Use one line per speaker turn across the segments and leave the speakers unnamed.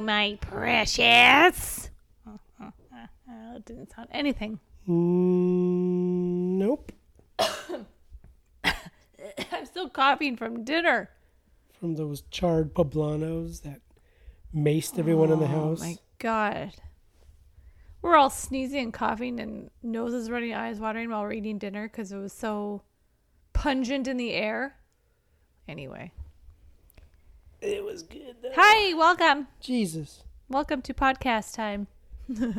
my precious. Oh, it didn't sound anything.
Mm, nope.
I'm still coughing from dinner.
From those charred poblanos that maced everyone in the house.
Oh my god. We're all sneezing and coughing and noses running, eyes watering while we're eating dinner because it was so pungent in the air. Anyway.
It was good though.
Hi, welcome.
Jesus.
Welcome to podcast time.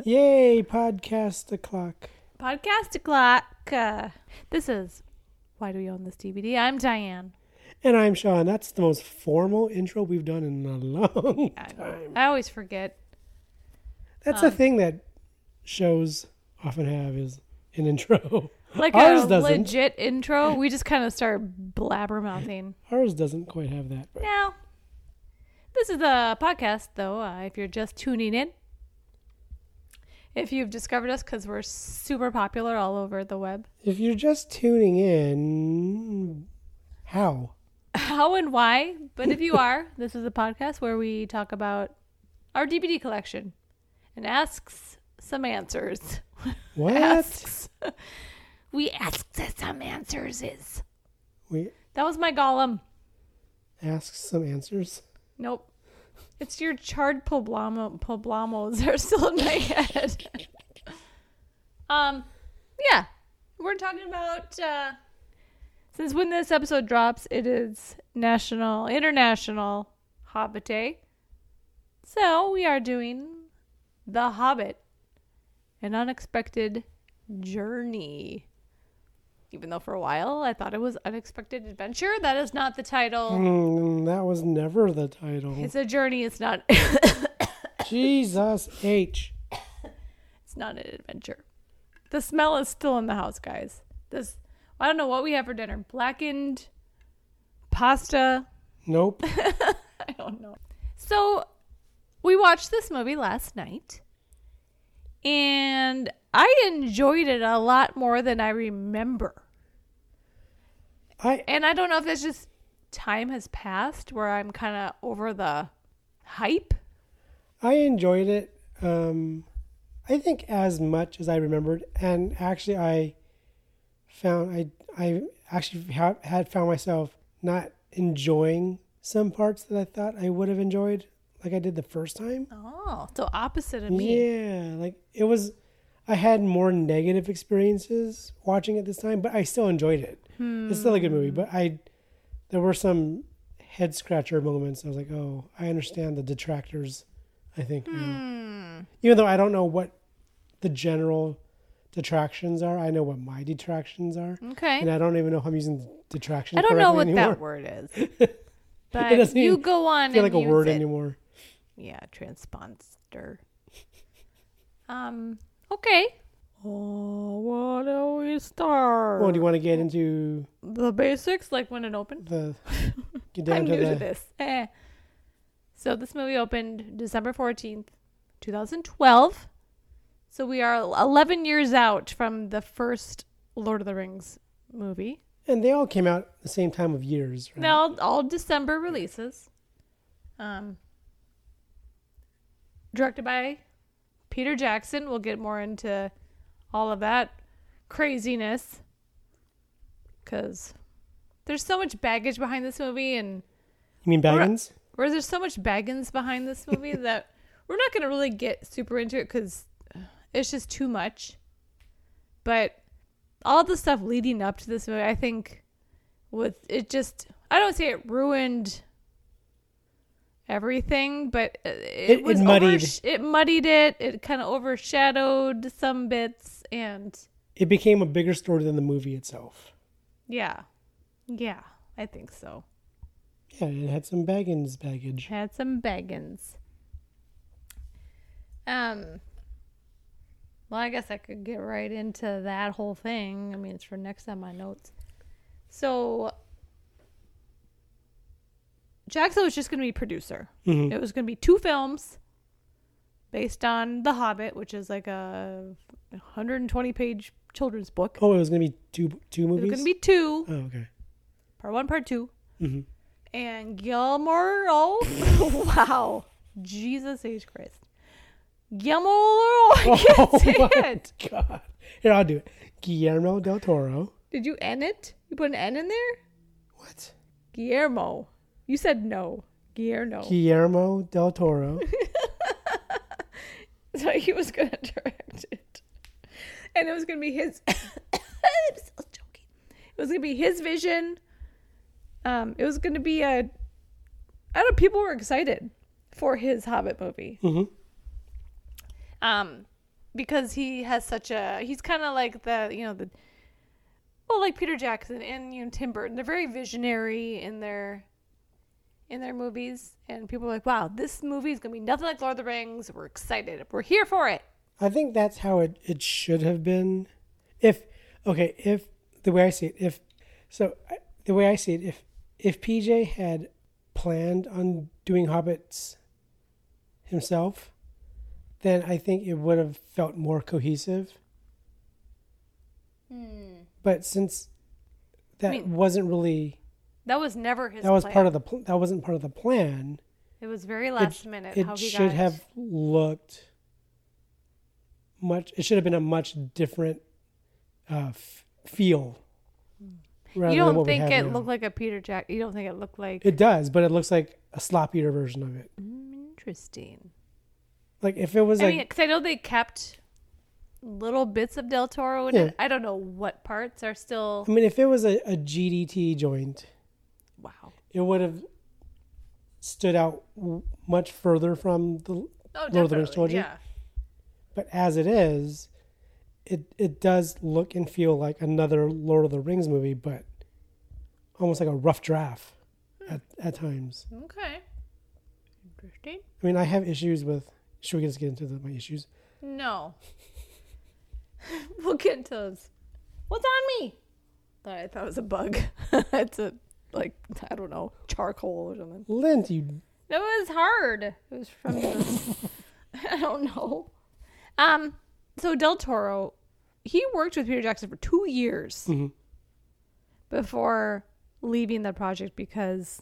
Yay, podcast o'clock.
Podcast o'clock. Uh, this is Why Do We Own This DVD? I'm Diane.
And I'm Sean. That's the most formal intro we've done in a long
I, know. Um,
time.
I always forget.
That's a thing that shows often have is an intro.
Like
Ours
a
doesn't.
legit intro, we just kind of start blabbermouthing.
Ours doesn't quite have that. but-
Now, this is the podcast, though, uh, if you're just tuning in. If you've discovered us, because we're super popular all over the web.
If you're just tuning in, how?
How and why, but if you are, this is a podcast where we talk about our DVD collection and asks some answers.
What?
Asks. we asked some answers. Is
We
That was my golem.
ask some answers.
Nope. It's your charred poblamo poblamos are still in my head. um, yeah, we're talking about uh, since when this episode drops, it is National International Hobbit Day, so we are doing The Hobbit, an unexpected journey. Even though for a while I thought it was unexpected adventure, that is not the title.
Mm, that was never the title.
It's a journey. It's not.
Jesus H.
it's not an adventure. The smell is still in the house, guys. This I don't know what we have for dinner. Blackened pasta.
Nope.
I don't know. So we watched this movie last night, and I enjoyed it a lot more than I remember.
I
And I don't know if that's just time has passed where I'm kind of over the hype.
I enjoyed it. Um, I think as much as I remembered, and actually, I found I I actually ha- had found myself not enjoying some parts that I thought I would have enjoyed, like I did the first time.
Oh, so opposite of me.
Yeah, like it was. I had more negative experiences watching it this time, but I still enjoyed it. It's still a good movie, but I there were some head scratcher moments. I was like, oh, I understand the detractors. I think, now.
Hmm.
even though I don't know what the general detractions are, I know what my detractions are,
Okay.
and I don't even know if I'm using detractions.
I don't know what
correctly
that
anymore.
word is. But
doesn't
you
even
go on
I feel
and
like a
use
word
it.
anymore.
Yeah, transponder. um. Okay. Oh, what do we start?
Well, Oh, do you want to get into
the basics, like when it opened.
the get down
I'm
to
new
the
to this. Eh. So this movie opened December fourteenth, two thousand twelve. So we are eleven years out from the first Lord of the Rings movie.
And they all came out the same time of years, right?
Now all, all December releases. Um, directed by Peter Jackson. We'll get more into all of that craziness because there's so much baggage behind this movie, and
You mean Baggins?
or there's so much baggins behind this movie that we're not going to really get super into it because it's just too much. But all the stuff leading up to this movie, I think, was it just I don't say it ruined everything, but it, it,
it
was
muddied.
oversh- it muddied it. It kind of overshadowed some bits, and
It became a bigger story than the movie itself.
yeah, yeah, I think so.
Yeah, it had some Baggins baggage.
Had some baggins. Um. Well, I guess I could get right into that whole thing. I mean, it's for next on my notes. So, Jackson was just going to be producer.
Mhm.
It was going to be two films based on The Hobbit, which is like a 120 page children's book.
Oh, it was gonna be two two
There's
movies.
going to be two,
oh, okay. Mm-hmm.
part one, part two.
Mhm.
And Gilmore, oh, wow. Jesus H. Christ. Guillermo I can't say it.
Oh, God. Here, I'll do it. Guillermo del Toro.
Did you N it? You put an N in there?
What?
Guillermo. You said no. Guillermo.
Guillermo del Toro.
so he was going to direct it. And it was going to be his. I'm still joking. It was going to be his vision. Um, it was going to be a. I don't know. People were excited for his Hobbit movie.
Mhm.
Um, because he has such a. He's kind of like the, you know, the. Well, like Peter Jackson and you know, Tim Burton, they're very visionary in their in their movies, and people are like, "Wow, this movie is gonna be nothing like Lord of the Rings. We're excited. We're here for it."
I think that's how it, it should have been. If okay, if the way I see it, if so, I, the way I see it, if if PJ had planned on doing Hobbits himself, then I think it would have felt more cohesive. But since that
mean-
wasn't really
That was never his.
that was
plan.
part of the pl- that wasn't part of the plan.
It was very last minute.
it
how he
should
got,
have looked much it should have been a much different uh f- feel rather
You
than
don't
what we
think
have
it
now.
looked like a Peter Jack? You don't think it looked like
it does but it looks like a sloppier version of it
Mm, interesting?
like if it was
I
like
mean, because I know they kept little bits of Del Toro, in
Yeah.
it. I don't know what parts are still.
i mean if it was a, a gdt joint
Wow.
it would have stood out w- much further from the
Oh,
Lord of the Rings
definitely.
trilogy?
Yeah.
but as it is it it does look and feel like another lord of the rings movie but almost like a rough draft at, at times
Okay. Interesting.
I mean, I have issues with. Should we just get into the, my issues?
No. we'll get into those. What's on me? Sorry, I thought it was a bug. it's a like I don't know charcoal or something.
Lint, you.
No, it was hard. It was from the I don't know. Um, so Del Toro, he worked with Peter Jackson for two years
Mhm.
before leaving the project because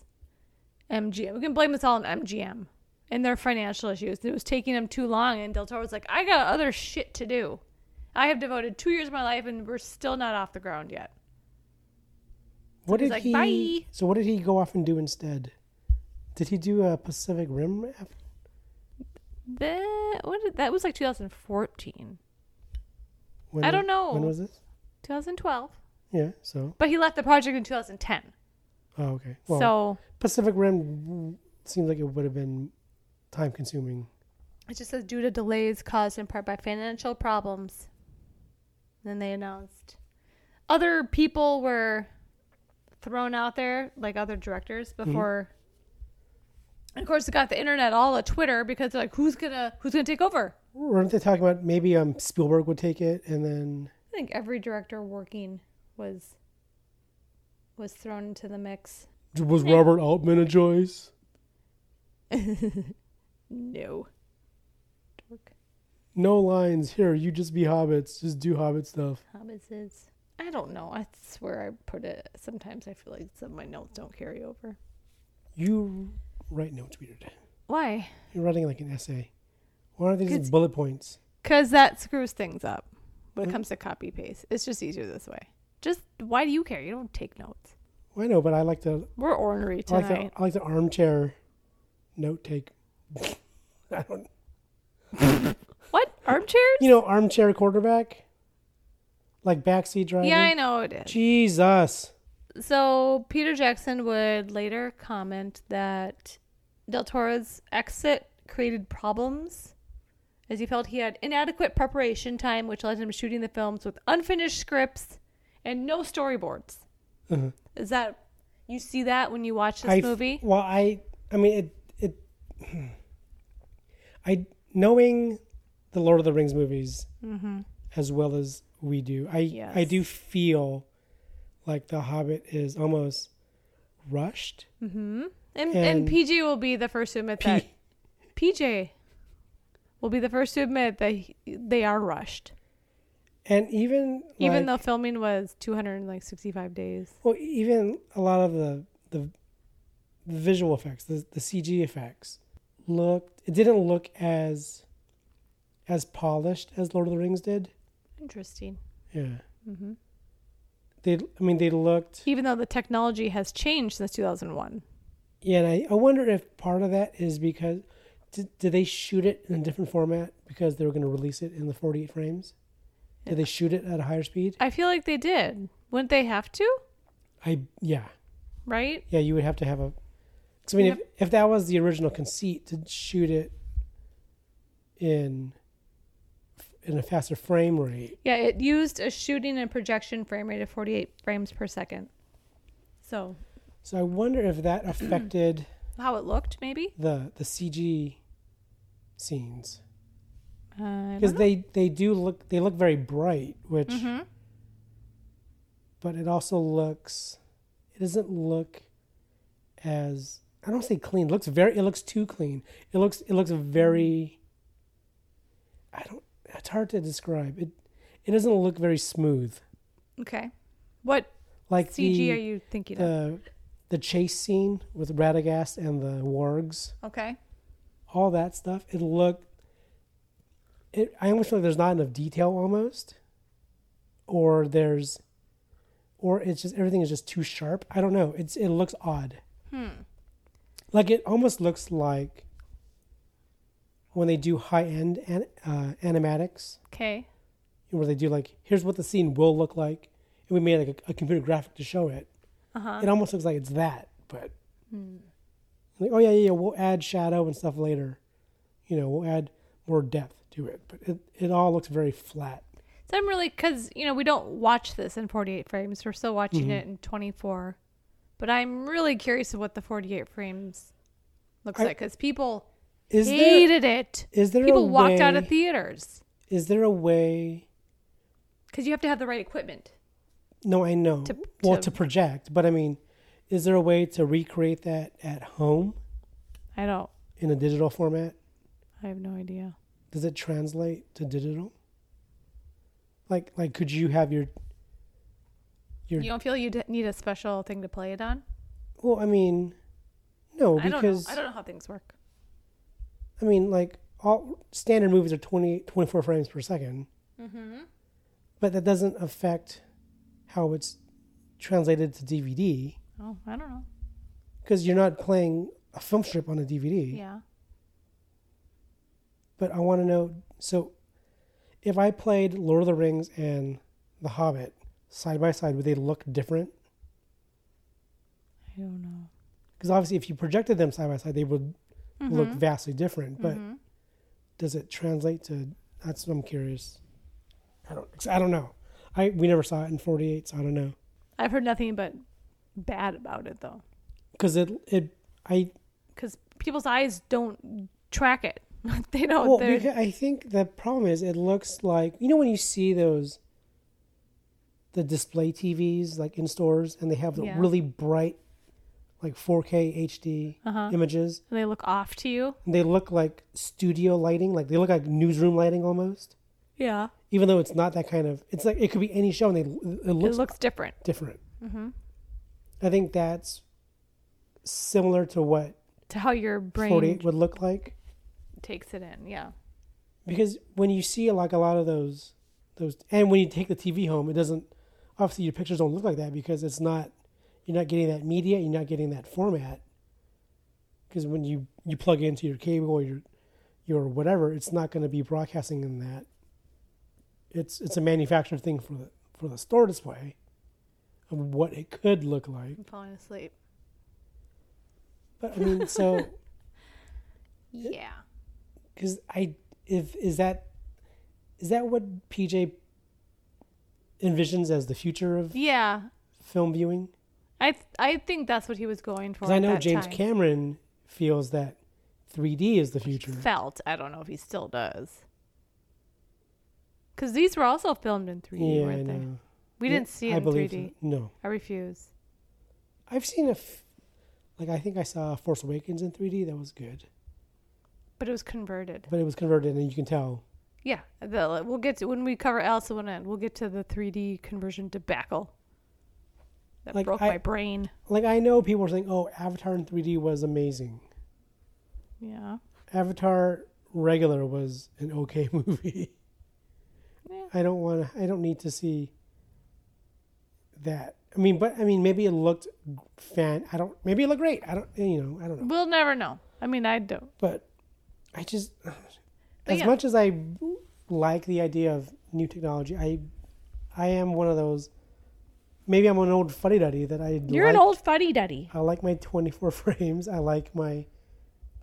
MGM. We can blame this all on MGM and their financial issues. It was taking them too long, and Del Toro was like, "I got other shit to do. I have devoted two years of my life, and we're still not off the ground yet."
What
he's
did
like,
he?
"Bye."
So what did he go off and do instead? Did he do a Pacific Rim? af-
That what? did- That was like 2014,
When,
I don't know.
When was this?
2012.
Yeah. So.
But he left the project in 2010.
Oh, okay. Well,
so
Pacific Rim seems like it would have been time consuming.
it just says due to delays caused in part by financial problems. Then they announced other people were thrown out there, like other directors, before. And of course, it got the internet all a Twitter because they're like, who's gonna who's gonna take over?
Weren't they talking about maybe um Spielberg would take it and then
I think every director working was was thrown into the mix.
was Robert Altman a choice?
No. Dork.
No lines here. You just be hobbits. Just do hobbit stuff.
Hobbits is. I don't know. I swear I put it. Sometimes I feel like some of my notes don't carry over.
You write notes weird.
Why?
You're writing like an essay. Why aren't they
Good.
just bullet points?
Because that screws things up when it comes to copy paste. It's just easier this way. Just why do you care? You don't take notes.
Well, I know, but I like to
We're ornery
I like
tonight.
the I like the armchair note take. I don't,
What armchairs?
you know, armchair quarterback, like backseat driver.
yeah, I know it is.
Jesus.
So Peter Jackson would later comment that Del Toro's exit created problems as he felt he had inadequate preparation time, which led him to shooting the films with unfinished scripts and no storyboards.
Uh-huh.
Is that you see that when you watch this
I,
movie?
Well, I I mean it it. I knowing the Lord of the Rings movies as well as we do. I I
Mm-hmm. Yes.
do feel like The Hobbit is almost rushed.
Mm-hmm. And, and,
and-
PJ will be the first to admit that
P-
PJ will be the first to admit that he- they are rushed,
and even
even
like-
though filming was 265 days.
well even a lot of the the visual effects the, the cg effects looked it didn't look as as polished as Lord of the Rings did.
Interesting.
Yeah. They I mean they looked
Even though the technology has changed since 2001.
Yeah, and I, I wonder if part of that is because did, did they shoot it in a different format because they were going to release it in the 48 frames? Did they shoot it at a higher speed?
I feel like they did. Wouldn't they have to?
I yeah,
Right?
yeah, you would have to have a. Cause, I mean, if if that was the original conceit to shoot it in in a faster frame rate,
Yeah, it used a shooting and projection frame rate of 48 frames per second. So,
so I wonder if that affected
how it looked, maybe?
the the CG scenes
Uh, I
because
don't know. Mm-hmm.
they they do look they look very bright, which but it also looks it doesn't look as I don't say clean. It looks very it looks too clean. It looks it looks very I don't it's hard to describe. It it doesn't look very smooth.
okay. What
Like
CG
the
are you thinking of?
the the chase scene with Radagast and the wargs,
Okay.
all that stuff, it looked it I almost feel like there's not enough detail almost. Or there's or it's just everything is just too sharp. I don't know. It's it looks odd. Like it almost looks like when they do high end an, uh, animatics,
Okay.
where they do like, here's what the scene will look like, and we made like a, a computer graphic to show it.
Uh-huh. Hmm.
It almost looks like it's that, but like, oh yeah, yeah, yeah, we'll add shadow and stuff later. You know, we'll add more depth to it, but it, it all looks very flat.
So I'm really because you know we don't watch this in 48 frames. We're still watching
Mm-hmm.
it in 24, but I'm really curious of what the 48 frames looks
I-
like because people
Is there
hated it.
is there a
People walked out
way-
of theaters
is there a way?
because you have to have the right equipment.
No, I know.
To-
well,
to-
to project, but I mean, is there a way to recreate that at home
I don't.
in a digital format?
I have no idea.
Does it translate to digital? Like, like, could you have your your?
You don't feel you d- need a special thing to play it on?
Well, I mean, no,
I don't know.
because
I don't know how things work.
I mean, like all standard movies are 20, 24 frames per 2nd
Mm-hmm.
but that doesn't affect how it's translated to DVD
Oh, I don't know.
because you're not playing a film strip on a DVD.
Yeah.
But I want to know. So, if I played Lord of the Rings and The Hobbit side by side, would they look different?
I don't know.
Because obviously, if you projected them side by side, they would look
Mm-hmm.
vastly different. But does it translate to? That's what I'm curious. I don't. I don't know. I we never saw it in '48, so I don't know.
I've heard nothing but bad about it though,
Because it it I
because people's eyes don't track it. they don't.
well
they're-
because I think the problem is it looks like you know when you see those the display TVs like in stores and they have the
Yeah.
really bright like 4K HD
Uh-huh.
images
and they look off to you.
and they look like studio lighting like they look like newsroom lighting almost
Yeah.
even though it's not that kind of it's like it could be any show and they it looks
it looks different.
different. I think that's similar to what
to how your brain
48 would look like
takes it in. Yeah.
because when you see like a lot of those those and when you take the TV home it doesn't obviously your pictures don't look like that because it's not you're not getting that media you're not getting that format because when you you plug into your cable or your your whatever it's not going to be broadcasting in that it's it's a manufactured thing for the for the store display of what it could look like
I'm falling asleep.
but I mean so
Yeah.
because I if is that is that what PJ envisions as the future of
Yeah.
film viewing?
I th- I think that's what he was going for.
Because I
at
know
that
James
time.
Cameron feels that 3D is the future.
felt. I don't know if he still does. Because these were also filmed in 3D,
Yeah, I
weren't they?
know.
We
Yeah,
didn't see it
I
in
believe
3D.
so. No,
I refuse.
I've seen a f- like I think I saw Force Awakens in 3D. That was good,
But it was converted.
but it was converted, and you can tell.
Yeah. The, we'll get to when we cover Alice in Wonderland. We'll get to the 3D conversion debacle. That
Like,
broke
I-
my brain.
Like I know people are saying, "Oh, Avatar in 3D was amazing."
Yeah.
Avatar regular was an okay movie.
Yeah.
I don't want to. I don't need to see that. I mean, but I mean, maybe it looked fan. I don't. Maybe it looked great. I don't. You know. I don't know.
We'll never know. I mean, I don't.
But I just, as
yeah.
much as I like the idea of new technology, I, I am one of those. Maybe I'm an old fuddy duddy that I.
You're
like,
an old fuddy duddy.
I like my 24 frames. I like my.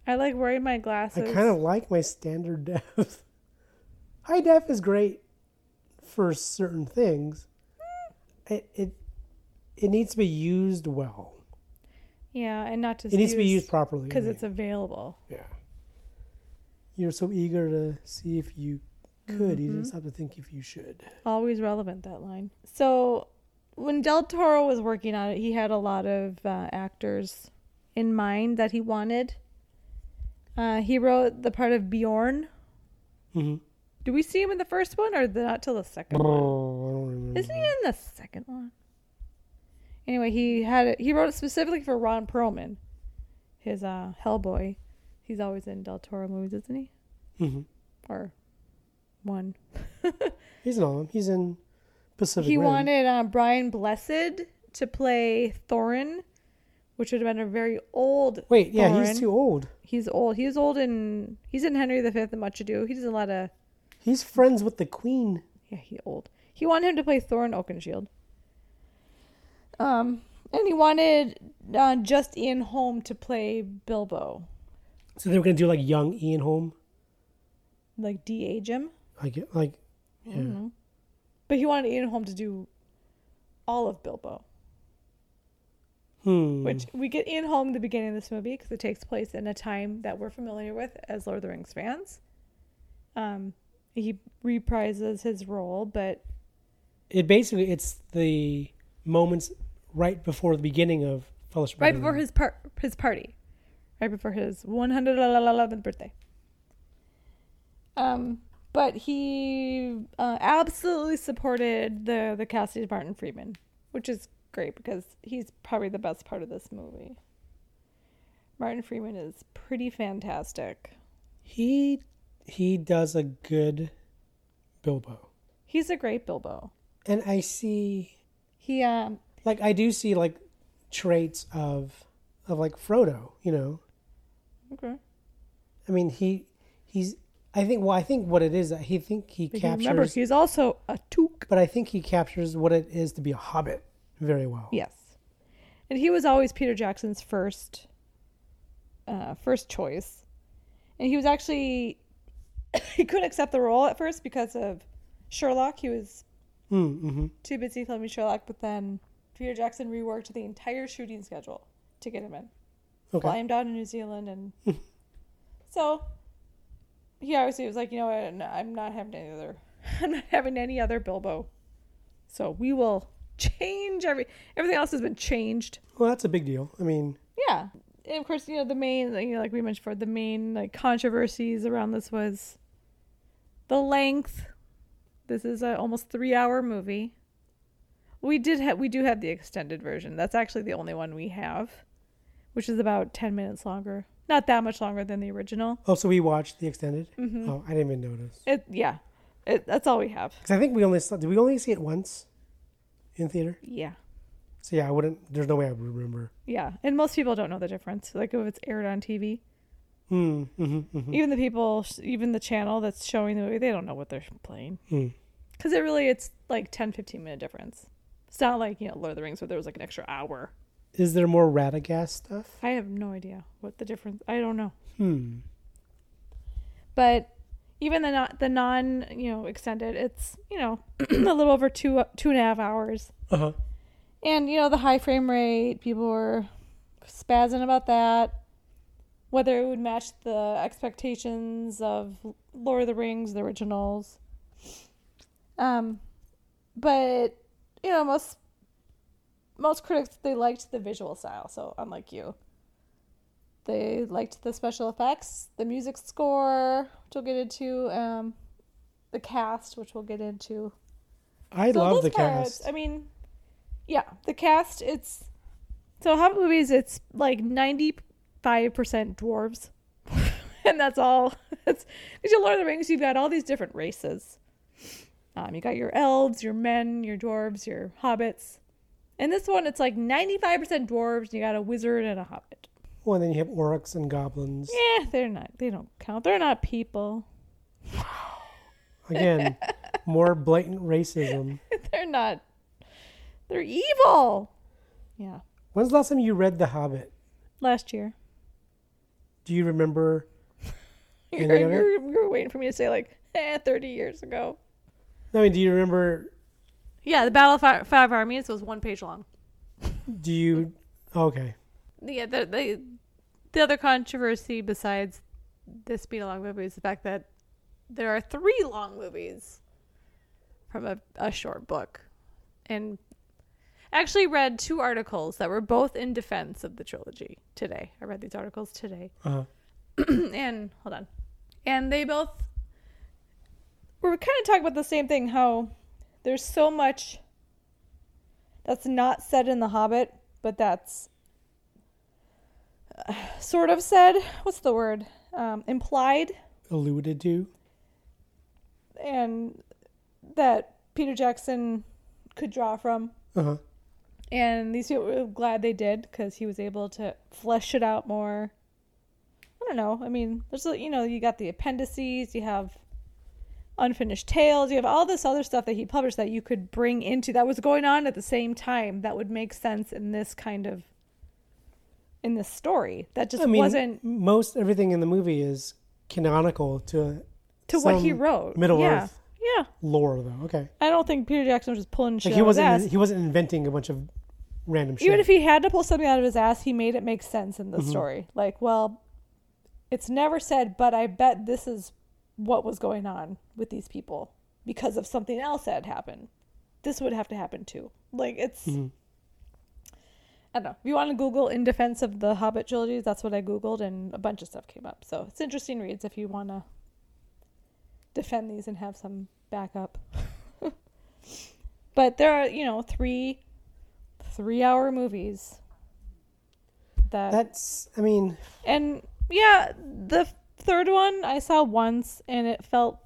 I like wearing my glasses.
I kind of like my standard def. High def is great for certain things.
Mm.
It it it needs to be used well.
Yeah, and not just.
It needs to be used properly.
because it's available.
yeah. You're so eager to see if you could,
Mm-hmm.
you didn't stop to think if you should.
Always relevant that line. So, when Del Toro was working on it, he had a lot of uh, actors in mind that he wanted. Uh, he wrote the part of Bjorn.
Mhm.
Do we see him in the first one, or the, not till the second? one?
Oh, I don't remember.
Isn't he in the second one? Anyway, he had it, he wrote it specifically for Ron Perlman, his uh, Hellboy. He's always in Del Toro movies, isn't he?
Mhm.
Or one.
He's in all of them. He's in Pacific
he
Rim.
wanted uh, Brian Blessed to play Thorin, which would have been a very old.
Wait, yeah,
Thorin.
he's too old.
He's old. He's old in he's in Henry V and Much Ado. He does a lot of
He's friends with the queen.
Yeah, he old. He wanted him to play Thorin Oakenshield. Um, and he wanted uh, just Ian Holm to play Bilbo,
So they were gonna do like young Ian Holm.
like de-age him.
I get like
I don't know. But he wanted Ian Holm to do all of Bilbo,
hmm.
which we get Ian Holm in the beginning of this movie because it takes place in a time that we're familiar with as Lord of the Rings fans. Um, he reprises his role, but
it basically it's the moments right before the beginning of Fellowship. of
right
the
before
Ring.
his par- his party, right before his 111th birthday. Um, but he uh, absolutely supported the the casting of Martin Freeman, which is great because he's probably the best part of this movie. Martin Freeman is pretty fantastic.
he he does a good Bilbo,
He's a great Bilbo.
and I see
He um
like I do see like traits of of like Frodo. You know,
okay.
I mean he he's I think well I think what it is that he think he
But he- remember
captures,
he's also a toque.
but I think he captures what it is to be a hobbit very well.
Yes, and he was always Peter Jackson's first, uh, first choice, and he was actually he couldn't accept the role at first because of Sherlock. He was
Mm, mhm.
too busy filming Sherlock, but then Peter Jackson reworked the entire shooting schedule to get him in.
Okay.
Fly him down to New Zealand, and so he obviously was like, you know what, no, I'm not having any other, I'm not having any other Bilbo. So we will change every everything else has been changed.
Well, that's a big deal. I mean,
Yeah. And of course, you know, the main, like, you know, like we mentioned before, the main like controversies around this was the length. This is a almost three hour movie. We did have we do have the extended version. That's actually the only one we have, which is about ten minutes longer. Not that much longer than the original.
oh, so we watched the extended.
Mm-hmm.
Oh, I didn't even notice.
It yeah, it, that's all we have.
Because I think we only saw, did we only see it once in theater?
Yeah,
So yeah, I wouldn't, there's no way I would remember.
yeah. And most people don't know the difference. Like if it's aired on TV,
Mm, mm-hmm, mm-hmm.
even the people even the channel that's showing the movie they don't know what they're playing
Hmm.
because it really it's like 10 15 minute difference it's not like you know lord of the rings where there was like an extra hour
Is there more Radagast stuff?
i have no idea what the difference i don't know
Hmm.
but even the not the non you know extended it's you know a little over two two and a half hours
Uh huh.
And you know the high frame rate, people were spazzing about that. Whether it would match the expectations of Lord of the Rings, the originals. Um, but you know most most critics they liked the visual style. So unlike you, they liked the special effects, the music score, which we'll get into. Um, the cast, which we'll get into
I
so
love
those
the
parts,
cast.
I mean, yeah, the cast. It's so Hobbit movies. It's like ninety five percent dwarves. and that's all. It's because in Lord of the Rings, you've got all these different races. Um, you got your elves, your men, your dwarves, your hobbits. In this one, it's like 95% dwarves, and you got a wizard and a hobbit.
Well, and then you have orcs and goblins.
Yeah, they're not. They don't count. They're not people.
Again, more blatant racism.
they're not. They're evil. Yeah.
When's the last time you read The Hobbit?
Last year.
Do you remember?
You're,
Any other?
you're, you're waiting for me to say like, eh, 30 years ago.
I mean, do you remember?
Yeah, the Battle of Fi- Five Armies was one page long.
Do you? Okay.
Yeah, the, the the other controversy besides this being a long movie is the fact that there are three long movies from a, a short book, and I actually read two articles that were both in defense of the trilogy today. I read these articles today.
Uh-huh.
and hold on. And they both were kind of talking about the same thing how there's so much that's not said in The Hobbit, but that's uh, sort of said. What's the word? Um, implied.
Alluded to.
And that Peter Jackson could draw from.
Uh huh.
And these people were glad they did because he was able to flesh it out more. I don't know. I mean, there's a, you know you got the appendices, you have unfinished tales, you have all this other stuff that he published that you could bring into that was going on at the same time that would make sense in this kind of in this story that just
I mean,
wasn't
most everything in the movie is canonical to
to what he
some
wrote.
Middle
yeah.
Earth
Yeah,
lore, though. Okay.
I don't think Peter Jackson was just pulling shit
Like he
out of his
wasn't
ass.
he wasn't inventing a bunch of random shit.
even if he had to pull something out of his ass, he made it make sense in the story. Like, well, it's never said, but I bet this is what was going on with these people because of something else that had happened. This would have to happen too. Like, it's.
Mm.
I don't know. If you want to Google in defense of the Hobbit trilogy, that's what I Googled, and a bunch of stuff came up. So it's interesting reads if you want to defend these and have some backup. but there are, you know, three three hour movies that,
That's I mean
and yeah the third one i saw once and it felt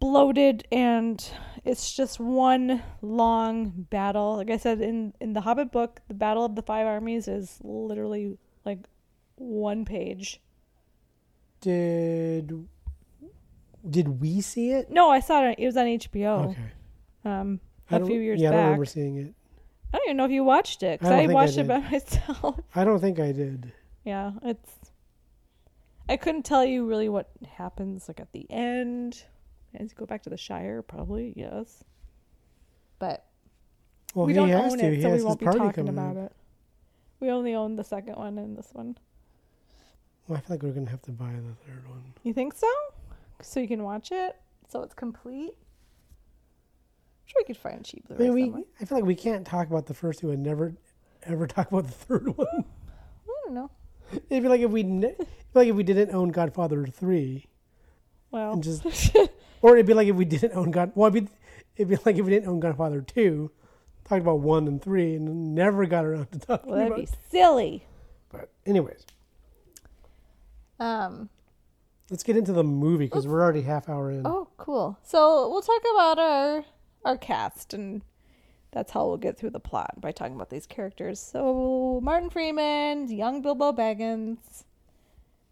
bloated and it's just one long battle like i said in in the hobbit book the battle of the five armies is literally like one page
did did we see it?
no i saw it on- it was on hbo
Okay.
um
I
a
don't-
few years
yeah, I
back
don't remember seeing it.
I don't even know if you watched it because
I don't
I,
think I
watched it
did.
by myself
I don't think I did.
Yeah, it's. I couldn't tell you really what happens like at the end. As you go back to the Shire, probably yes. But
Well,
we
he
don't
has
own
to.
it,
he
so
has
we
his
won't be
party
talking
coming
about
up.
it. We only own the second one and this one.
Well, I feel like we're gonna have to buy the third one.
You think so? So you can watch it, so it's complete. I'm sure we could find cheap
I mean,
Blu-ray
we
somewhere.
I feel like we can't talk about the first two and never ever talk about the third one.
I don't know.
It'd be like if we ne- it'd be like if we didn't own Godfather three,
Well,
and just or it'd be like if we didn't own God. Well, it'd be, it'd be like if we didn't own Godfather two, talked about one and three, and never got around to talking
well, that'd
about.
be silly.
But anyways,
Um.
let's get into the movie because we're already half hour in.
Oh, cool. So we'll talk about our our cast, and that's how we'll get through the plot by talking about these characters. So Martin Freeman, young Bilbo Baggins,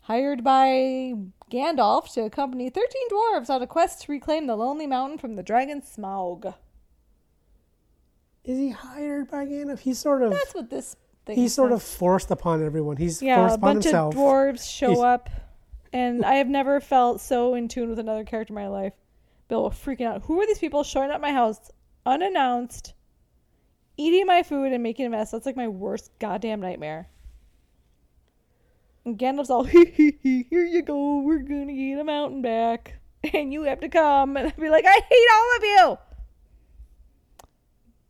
hired by Gandalf to accompany thirteen dwarves on a quest to reclaim the Lonely Mountain from the dragon Smaug.
Is he hired by Gandalf? He's sort of
That's what this thing.
he's sort
says.
of forced upon everyone. He's
yeah.
forced
A
upon
bunch
himself.
of dwarves show
He's-
up, and I have never felt so in tune with another character in my life. Bill freaking out. Who are these people showing up at my house unannounced, eating my food and making a mess? That's like my worst goddamn nightmare. And Gandalf's all, hee hee hee, here you go, we're gonna eat a mountain back, and you have to come. And I'd be like, I hate all of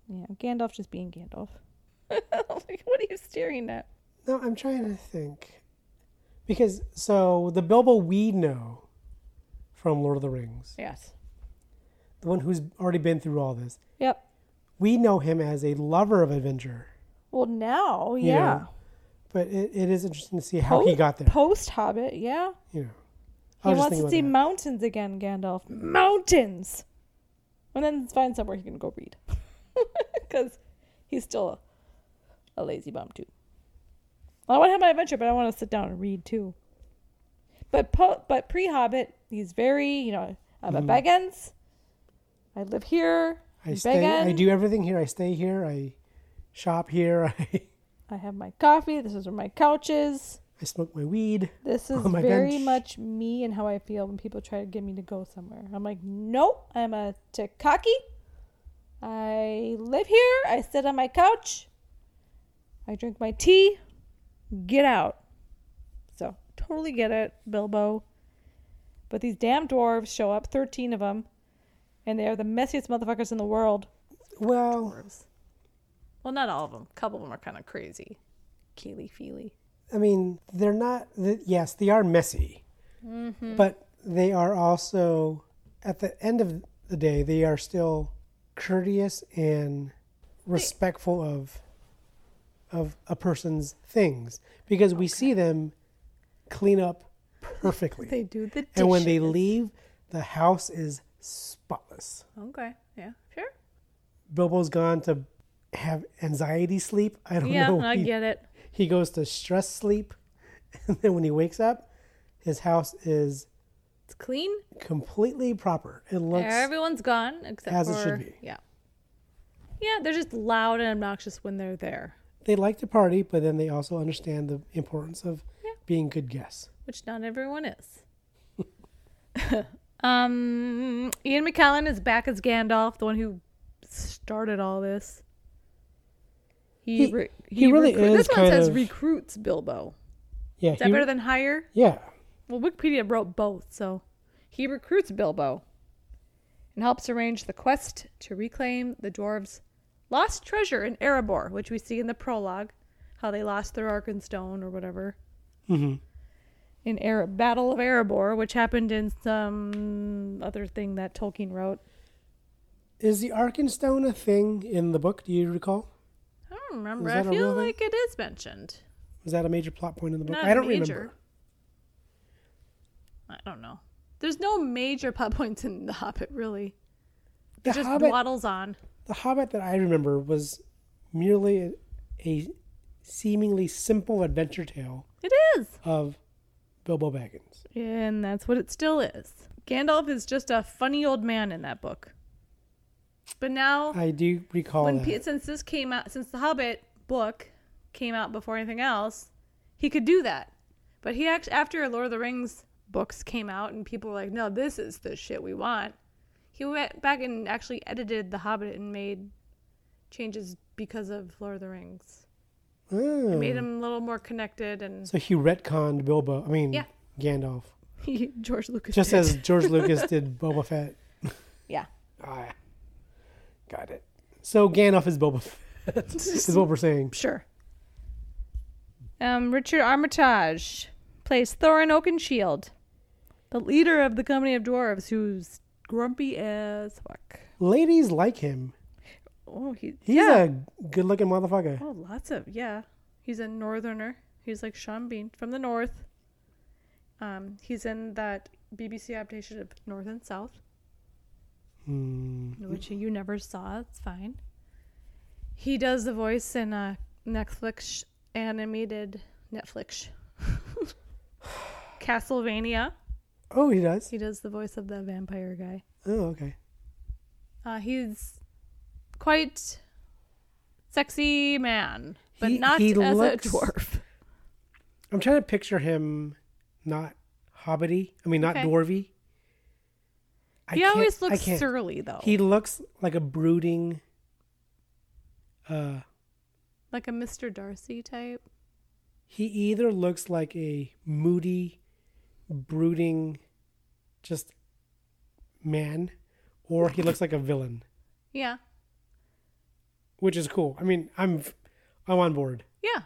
you. Yeah, Gandalf just being Gandalf. like, what are you staring at?
No, I'm trying to think. Because so the Bilbo we know from Lord of the Rings,
Yes.
the one who's already been through all this,
Yep.
we know him as a lover of adventure.
Well, now,
you
yeah.
know? But it, it is interesting to see how
Oh.
he got there.
Post Hobbit, yeah.
You know,
He
I
wants
was just thinking
to
about
see
that.
mountains again, Gandalf. Mountains! And then find somewhere he can go read. Because he's still a, a lazy bum, too. I want to have my adventure, but I want to sit down and read, too. But, po- but pre Hobbit, he's very, you know, I'm
Mhm.
a Beggins. I live here.
I
in
stay. I
Beggin.
do everything here. I stay here. I shop here. I
I have my coffee. This is where my couch is.
I smoke my weed.
This is
Oh
On my
very
bench.
much me and how I feel when people try to get me to go somewhere. I'm like, nope, I'm a Takaki. I live here. I sit on my couch. I drink my tea. Get out. So, totally get it, Bilbo. But these damn dwarves show up, 13 of them, and they are the messiest motherfuckers in the world.
Well,
Well, not all of them. A couple of them are kind of crazy. Keely feely.
I mean, they're not. th- Yes, they are messy, but they are also, at the end of the day, they are still courteous and respectful of of a person's things because we see them clean up perfectly,
They do the
and when they leave, the house is spotless.
Okay. Yeah. Sure.
Bilbo's gone to have anxiety sleep. I don't
Yeah,
know.
I
he,
get it.
he goes to stress sleep, and then when he wakes up, his house is
It's clean.
completely proper. It looks
Everyone's gone except
As
for
it should be.
Yeah. Yeah, they're just loud and obnoxious when they're there,
they like to party, but then they also understand the importance of
Yeah.
being good guests.
which not everyone is. um, Ian McKellen is back as Gandalf, the one who started all this. He
He-
re-
he really
recruit-
is
This one
kind
says
of-
recruits Bilbo.
Yeah,
Is that
he-
better than hire?
yeah.
Well, Wikipedia wrote both, so he recruits Bilbo and helps arrange the quest to reclaim the dwarves' lost treasure in Erebor, which we see in the prologue, how they lost their Arkenstone or whatever
Mhm.
in Ere- Battle of Erebor, which happened in some other thing that Tolkien wrote.
Is the Arkenstone a thing in the book? Do you recall?
I don't remember.
Is
I
that a
feel
real thing?
like it is mentioned.
Was that a major plot point in the book?
Not
I don't
major.
remember.
I don't know. There's no major plot points in The Hobbit, really.
The
it just
Hobbit,
waddles on.
the Hobbit that I remember was merely a, a seemingly simple adventure tale
It is.
of Bilbo Baggins.
And that's what it still is. Gandalf is just a funny old man in that book. But now,
I do recall
when
that.
Pe- since this came out, since the Hobbit book came out before anything else, he could do that. But he actually, after Lord of the Rings books came out and people were like, no, this is the shit we want, he went back and actually edited The Hobbit and made changes because of Lord of the Rings.
Oh.
Made him a little more connected and
so he retconned Bilbo. I mean,
Yeah.
Gandalf,
George Lucas.
just
did.
as George Lucas did Boba Fett.
Yeah.
Ah, got it. So Gandalf is Boba Fett. is what we're saying.
Sure. Um, Richard Armitage plays Thorin Oakenshield, the leader of the Company of Dwarves, who's grumpy as fuck.
Ladies like him.
Oh, he,
He's
yeah.
a good-looking motherfucker.
oh, lots of yeah. He's a northerner. He's like Sean Bean from the north. Um, he's in that BBC adaptation of North and South,
Hmm.
which you never saw. It's fine. He does the voice in a Netflix animated Netflix Castlevania.
Oh, he does.
He does the voice of the vampire guy.
Oh, okay.
Uh, he's quite sexy man, but
He-
not
he
as
looks-
a dwarf.
I'm trying to picture him, not hobbity. I mean, not
Okay.
dwarvy. I
he
can't-
always
I
looks
can't.
surly though,
He looks like a brooding. Uh,
like a Mr. Darcy type.
he either looks like a moody, brooding, just man, or he looks like a villain,
Yeah,
which is cool. I mean, I'm, I'm on board.
yeah,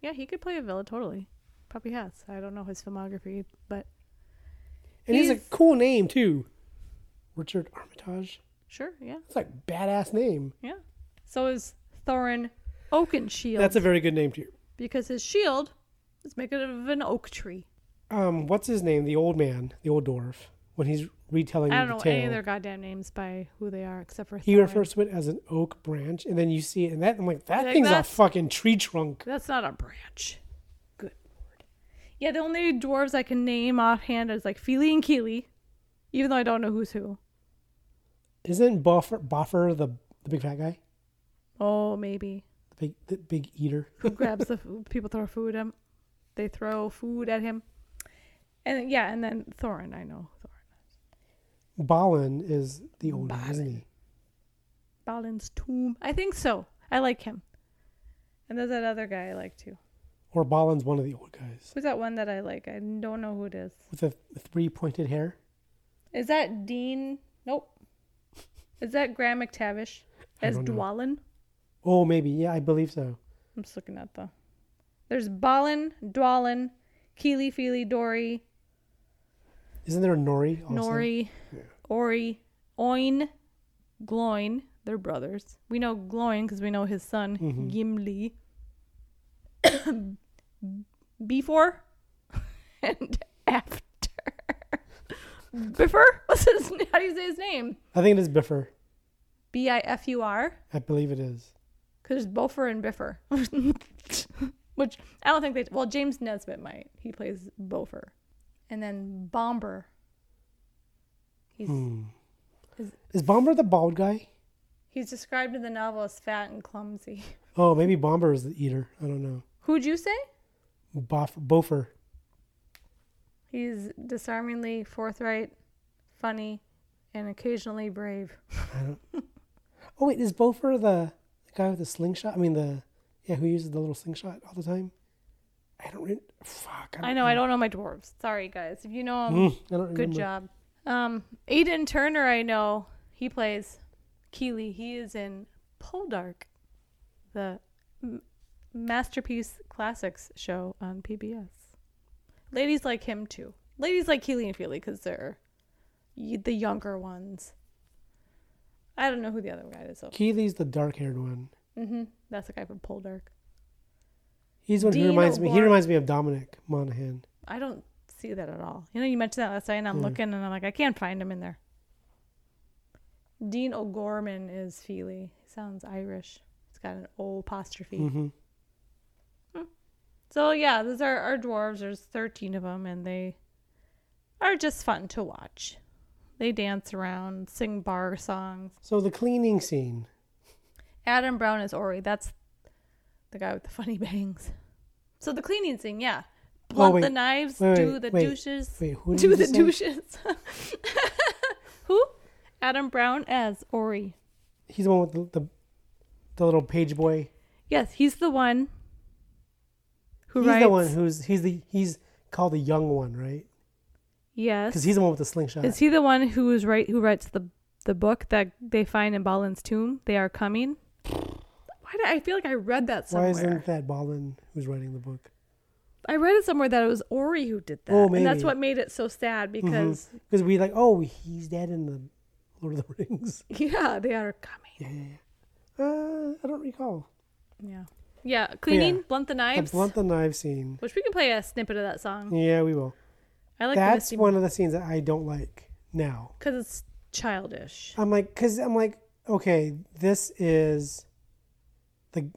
yeah. He could play a villa totally. Probably has. I don't know his filmography, but
And he's,
He's-
a cool name too, Richard Armitage.
sure, yeah,
It's like badass name.
yeah. So is Thorin Oakenshield.
That's a very good name too.
because his shield is made out of an oak tree.
Um, what's his name? The old man, the old dwarf, when he's retelling
I don't know
the
any
tale,
of their goddamn names by who they are except for
he
Thorin.
refers to it as an oak branch, and then you see it, and that I'm like, that
Like
thing's
that's-
a fucking tree trunk.
That's not a branch. Good lord. Yeah, the only dwarves I can name offhand is like Feely and Keely, even though I don't know who's who.
Isn't Buffer Buffer the the big fat guy,
Oh, maybe.
the big the big eater?
Who grabs the food? People throw food at him. They throw food at him. And then- yeah, and then Thorin, I know. Thorin.
Balin is the old man, isn't he?
Balin's tomb. I think so. I like him. And there's that other guy I like too.
Or Balin's one of the old guys
Who's that one that I like? I don't know who it is.
with the three pointed hair.
Is that Dean? Nope. Is that Graham McTavish
I
as
don't know.
Dwalin?
Oh, maybe yeah, I believe so.
I'm just looking at the. There's Balin, Dwalin, Keely, Feely, Dory,
Isn't there a Nori? Also?
Nori, Ori, Oin, Gloin. They're brothers. We know Gloin because we know his son, Gimli. Before and after. Biffer? What's his How do you say his name?
I think it is Biffer.
B I F U R.
I believe it is.
Because there's Bofer and Biffer. Which I don't think they. Well, James Nesbitt might. He plays Bofer. And then Bomber. He's,
Is Bomber the bald guy?
he's described in the novel as fat and clumsy.
Oh, maybe Bomber is the eater. I don't know.
Who'd you say?
Boff, Bofer.
He's disarmingly forthright, funny, and occasionally brave.
Oh wait, is Bofer the, the guy with the slingshot? I mean the yeah who uses the little slingshot all the time? I don't. Re- fuck.
I know, I don't know my dwarves. Sorry, guys. If you know them,
Mm, I don't
Good
remember.
job. Um, Aiden Turner, I know he plays Keeley. He is in Poldark, the M- masterpiece classics show on PBS. Ladies like him too. Ladies like Keeley and Feely because they're y- the younger ones. I don't know who the other guy is. So
Keely's the dark-haired one.
hmm that's the guy from Poldark.
He's the one who
Dean
reminds me. He
O'Rourke.
reminds me of Dominic Monaghan.
I don't see that at all. You know, you mentioned that last night, and
Hmm.
I'm looking, and I'm like, I can't find him in there. Dean O'Gorman is Feely. He sounds Irish. He's got an O apostrophe. Hmm.
hmm
So yeah, those are our dwarves. There's 13 of them, and they are just fun to watch. They dance around, sing bar songs.
So the cleaning scene.
Adam Brown is Ori. That's the guy with the funny bangs. So the cleaning scene, yeah. Blunt the
Oh, wait.
knives,
Wait,
do
wait,
the
wait.
douches.
Wait, who did
to the
you just say?
douches. Who? Adam Brown as Ori.
He's the one with the the, the little page boy.
Yes, he's the one who
he's
writes.
the one who's he's the he's called the young one, right? Because
yes,
he's the one with the slingshot.
is he the one who is right? Who writes the the book that they find in Balin's tomb? They are coming. Why did I feel like I read that
Why
somewhere?
isn't that Balin who's writing the book?
I read it somewhere that it was Ori who did that,
Oh,
and that's
maybe. Mm-hmm.
what made it so sad because
Because we like, oh, he's dead in the Lord of the Rings.
yeah, they are coming.
Yeah, yeah, yeah. Uh, I don't recall.
Yeah, yeah, cleaning, blunt the
The
knives,
blunt and knife scene.
which we can play a snippet of that song.
Yeah, we will.
I like
That's
the
one of the scenes that I don't like now.
because it's childish.
I'm like, because I'm like, okay, this is the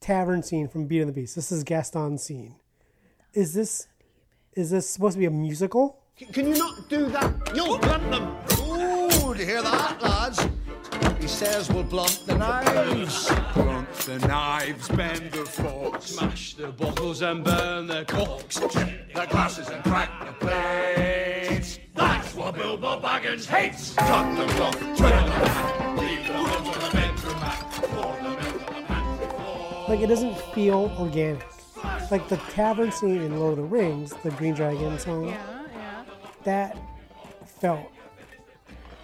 tavern scene from Beauty and the Beast. This is Gaston's scene. Is this is this supposed to be a musical?
C- Can you not do that? You'll blunt them. Ooh, do you hear that, lads? He says we'll blunt the knives.
Blunt the knives, bend the forks,
Smash the bottles and burn the corks.
tip the glasses and crack the plates. That's what Bilbo Baggins hates. Cut the cloth, trim the back, leave the ones on the bedroom mat, pour the milk on the pantry floor.
Like, it doesn't feel organic. Like the tavern scene in Lord of the Rings, the Green Dragon song,
Yeah, yeah.
that felt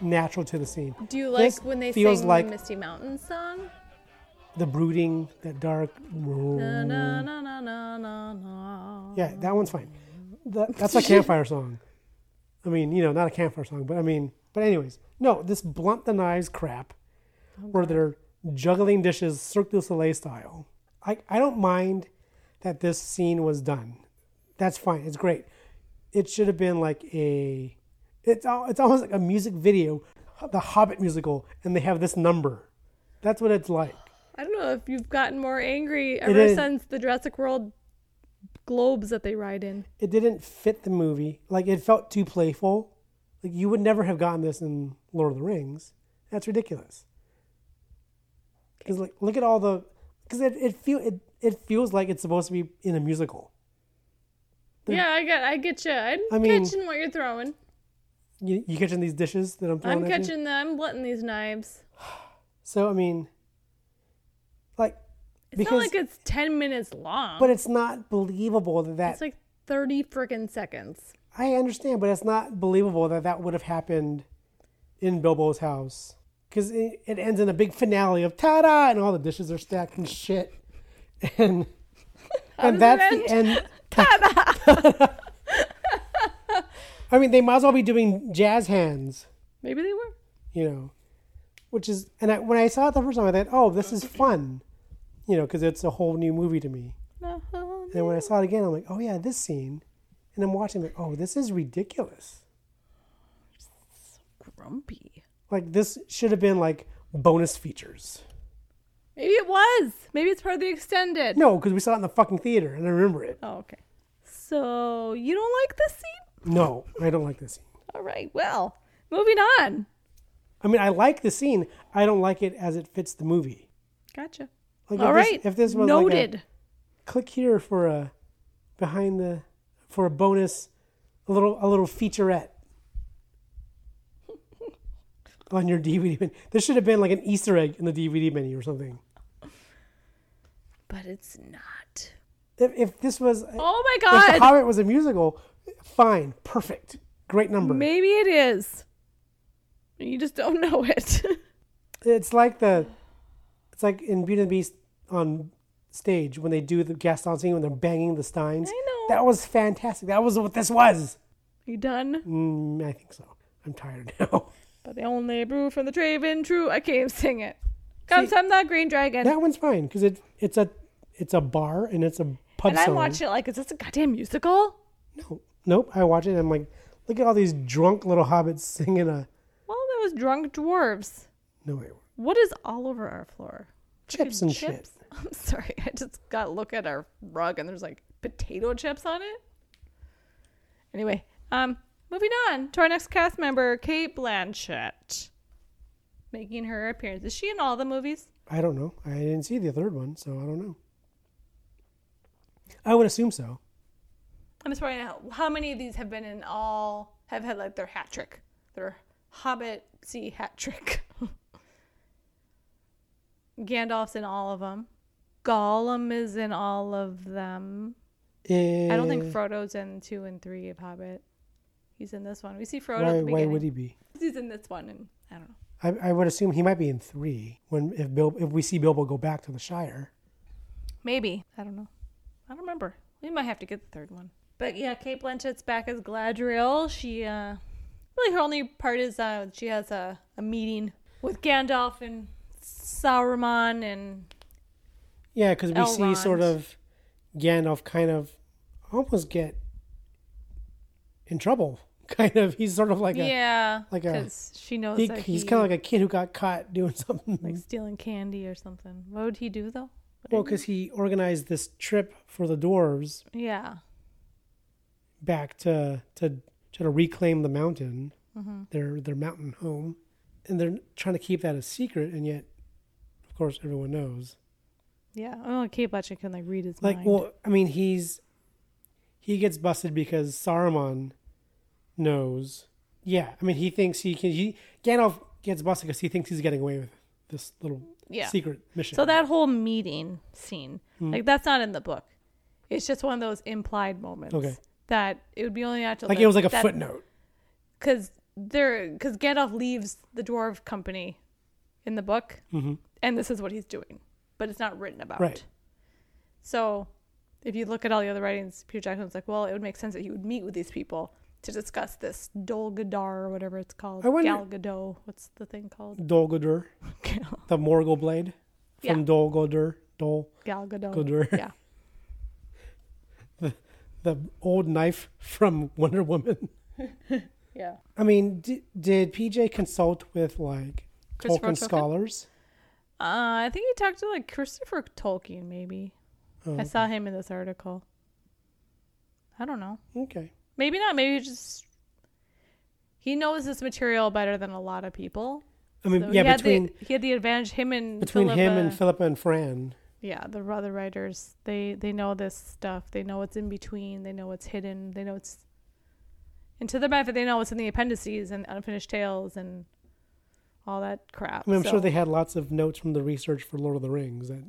natural to the scene.
Do you like
This
when they
feels
sing
like
the Misty Mountain song?
the brooding, that dark.
Na, na, na, na, na, na, na.
Yeah, that one's fine. That, that's a campfire song. I mean, you know, not a campfire song, but I mean, but anyways, no, this blunt the knives crap, where they're juggling dishes Cirque du Soleil style. I I don't mind that this scene was done. That's fine. It's great. It should have been like a. It's al- it's almost like a music video, the Hobbit musical, and they have this number. That's what it's like.
I don't know if you've gotten more angry ever
is.
since the Jurassic World globes that they ride in.
It didn't fit the movie. Like it felt too playful. Like you would never have gotten this in Lord of the Rings. That's ridiculous. Because like look at all the because it, it feel it, it feels like it's supposed to be in a musical.
Yeah, I got, I get you. I'm
I mean-
catching what you're throwing.
You, you catching these dishes that I'm throwing
I'm
at you?
catching the, I'm letting these knives.
So I mean, like,
It's not like it's 10 minutes long.
but it's not believable that that
it's like 30 freaking seconds.
I understand, but it's not believable that that would have happened in Bilbo's house because it, it ends in a big finale of ta-da, and all the dishes are stacked and shit, and and
does it
that's the end. I mean, they might as well be doing jazz hands.
Maybe they were.
you know, which is and I, when I saw it the first time, I thought, oh, this is fun, you know, because it's a whole new movie to me.
uh-huh.
And then when I saw it again, I'm like, oh yeah, this scene, and I'm watching like, oh, this is ridiculous.
Grumpy.
Like this should have been like bonus features.
Maybe it was. Maybe it's part of the extended.
No, because we saw it in the fucking theater, and I remember it.
Oh, okay. So you don't like this scene?
No, I don't like this scene.
All right. Well, moving on.
I mean, I like the scene. I don't like it as it fits the movie.
Gotcha.
Like,
All
if
right.
This, if this was like, a-
noted.
click here for a behind the for a bonus a little a little featurette on your DVD menu. This should have been like an Easter egg in the DVD menu or something.
but it's not.
If, if this was
Oh my
if
god.
The Hobbit was a musical, fine, perfect, great number.
Maybe it is. You just don't know it.
It's like the it's like in Beauty and the Beast on stage when they do the Gaston scene when they're banging the steins.
I know.
That was fantastic. That was what this was.
you done?
Mm, I think so. I'm tired now.
But the only brew from the Draven true. I can't even sing it. Comes from the Green Dragon.
That one's fine because it it's a it's a bar and it's a pub
and I
song.
watch it like, is this a goddamn musical?
No, nope. I watch it. and I'm like, look at all these drunk little hobbits singing a.
Well, that was drunk dwarves.
No wait,
What is all over our floor?
chips and shit.
I'm sorry. I just got to look at our rug and there's like potato chips on it. Anyway, um, moving on to our next cast member, Kate Blanchett, making her appearance. Is she in all the movies?
I don't know. I didn't see the third one, so I don't know. I would assume so.
I'm sorry. How, how many of these have been in all? Have had like their hat trick, their Hobbit sea hat trick. Gandalf's in all of them. Gollum is in all of them. I don't think
Eh,
Frodo's in two and three of Hobbit. He's in this one. We see Frodo at
why,
the
why
beginning.
would he be?
He's in this one, and I don't know.
I, I would assume he might be in three when if Bil, if we see Bilbo go back to the Shire.
Maybe I don't know. I don't remember. We might have to get the third one. But yeah, Kate Blanchett's back as Gladriel. She uh, really her only part is uh, she has a, a meeting with Gandalf and Sauron and
Yeah, because we see sort
Elrond.
of Gandalf kind of almost get in trouble. Kind of, he's sort of like a
yeah,
like a-
because she knows
He,
that
he's
he-
kind of like a kid who got caught doing something. Well,
like
'cause
stealing candy or something. What would he do though?
because he organized this trip for the dwarves
Yeah,
back to to try to reclaim the mountain,
Mm-hmm.
their their mountain home, and they're trying to keep that a secret. And yet, of course, everyone knows.
yeah. Oh, Kate Blanchett can like read his
Like,
mind.
well, I mean, he's he gets busted because Saruman knows. Yeah, I mean, he thinks he can. He Gandalf gets busted because he thinks he's getting away with this little
Yeah.
secret mission.
So that whole meeting scene,
Hmm.
like that's not in the book. It's just one of those implied moments.
Okay.
That it would be only natural.
like
that-
it was like a
that-
footnote.
Because they're because Gandalf leaves the dwarf company in the book, and this is what he's doing, but it's not written about.
Mm-hmm. Right.
So if you look at all the other writings, Peter Jackson's like, well, it would make sense that he would meet with these people to discuss this Dol Gadar or whatever it's called.
I wonder-
Gal Gadot. What's the thing called?
Dol Guldur,
Gal
the Morgul blade
Yeah.
from Dol Guldur. Dol
Gal Gadot.
Gadot.
Yeah.
the old knife from Wonder Woman.
Yeah.
I mean, d- did PJ consult with like
Christopher
Tolkien
Tolkien?
scholars?
Uh, I think he talked to like Christopher Tolkien, maybe.
Oh,
I saw him in this article. I don't know.
Okay.
Maybe not. Maybe he just he knows this material better than a lot of people.
I mean,
So he
yeah,
had
between
the, he had the advantage. Him and
between him
Philippa-
and Philippa and Fran.
yeah, the other writers they they know this stuff. They know what's in between. They know what's hidden. They know it's and to their benefit, they know what's in the appendices and unfinished tales and all that crap.
I mean, I'm
So-
sure they had lots of notes from the research for Lord of the Rings that,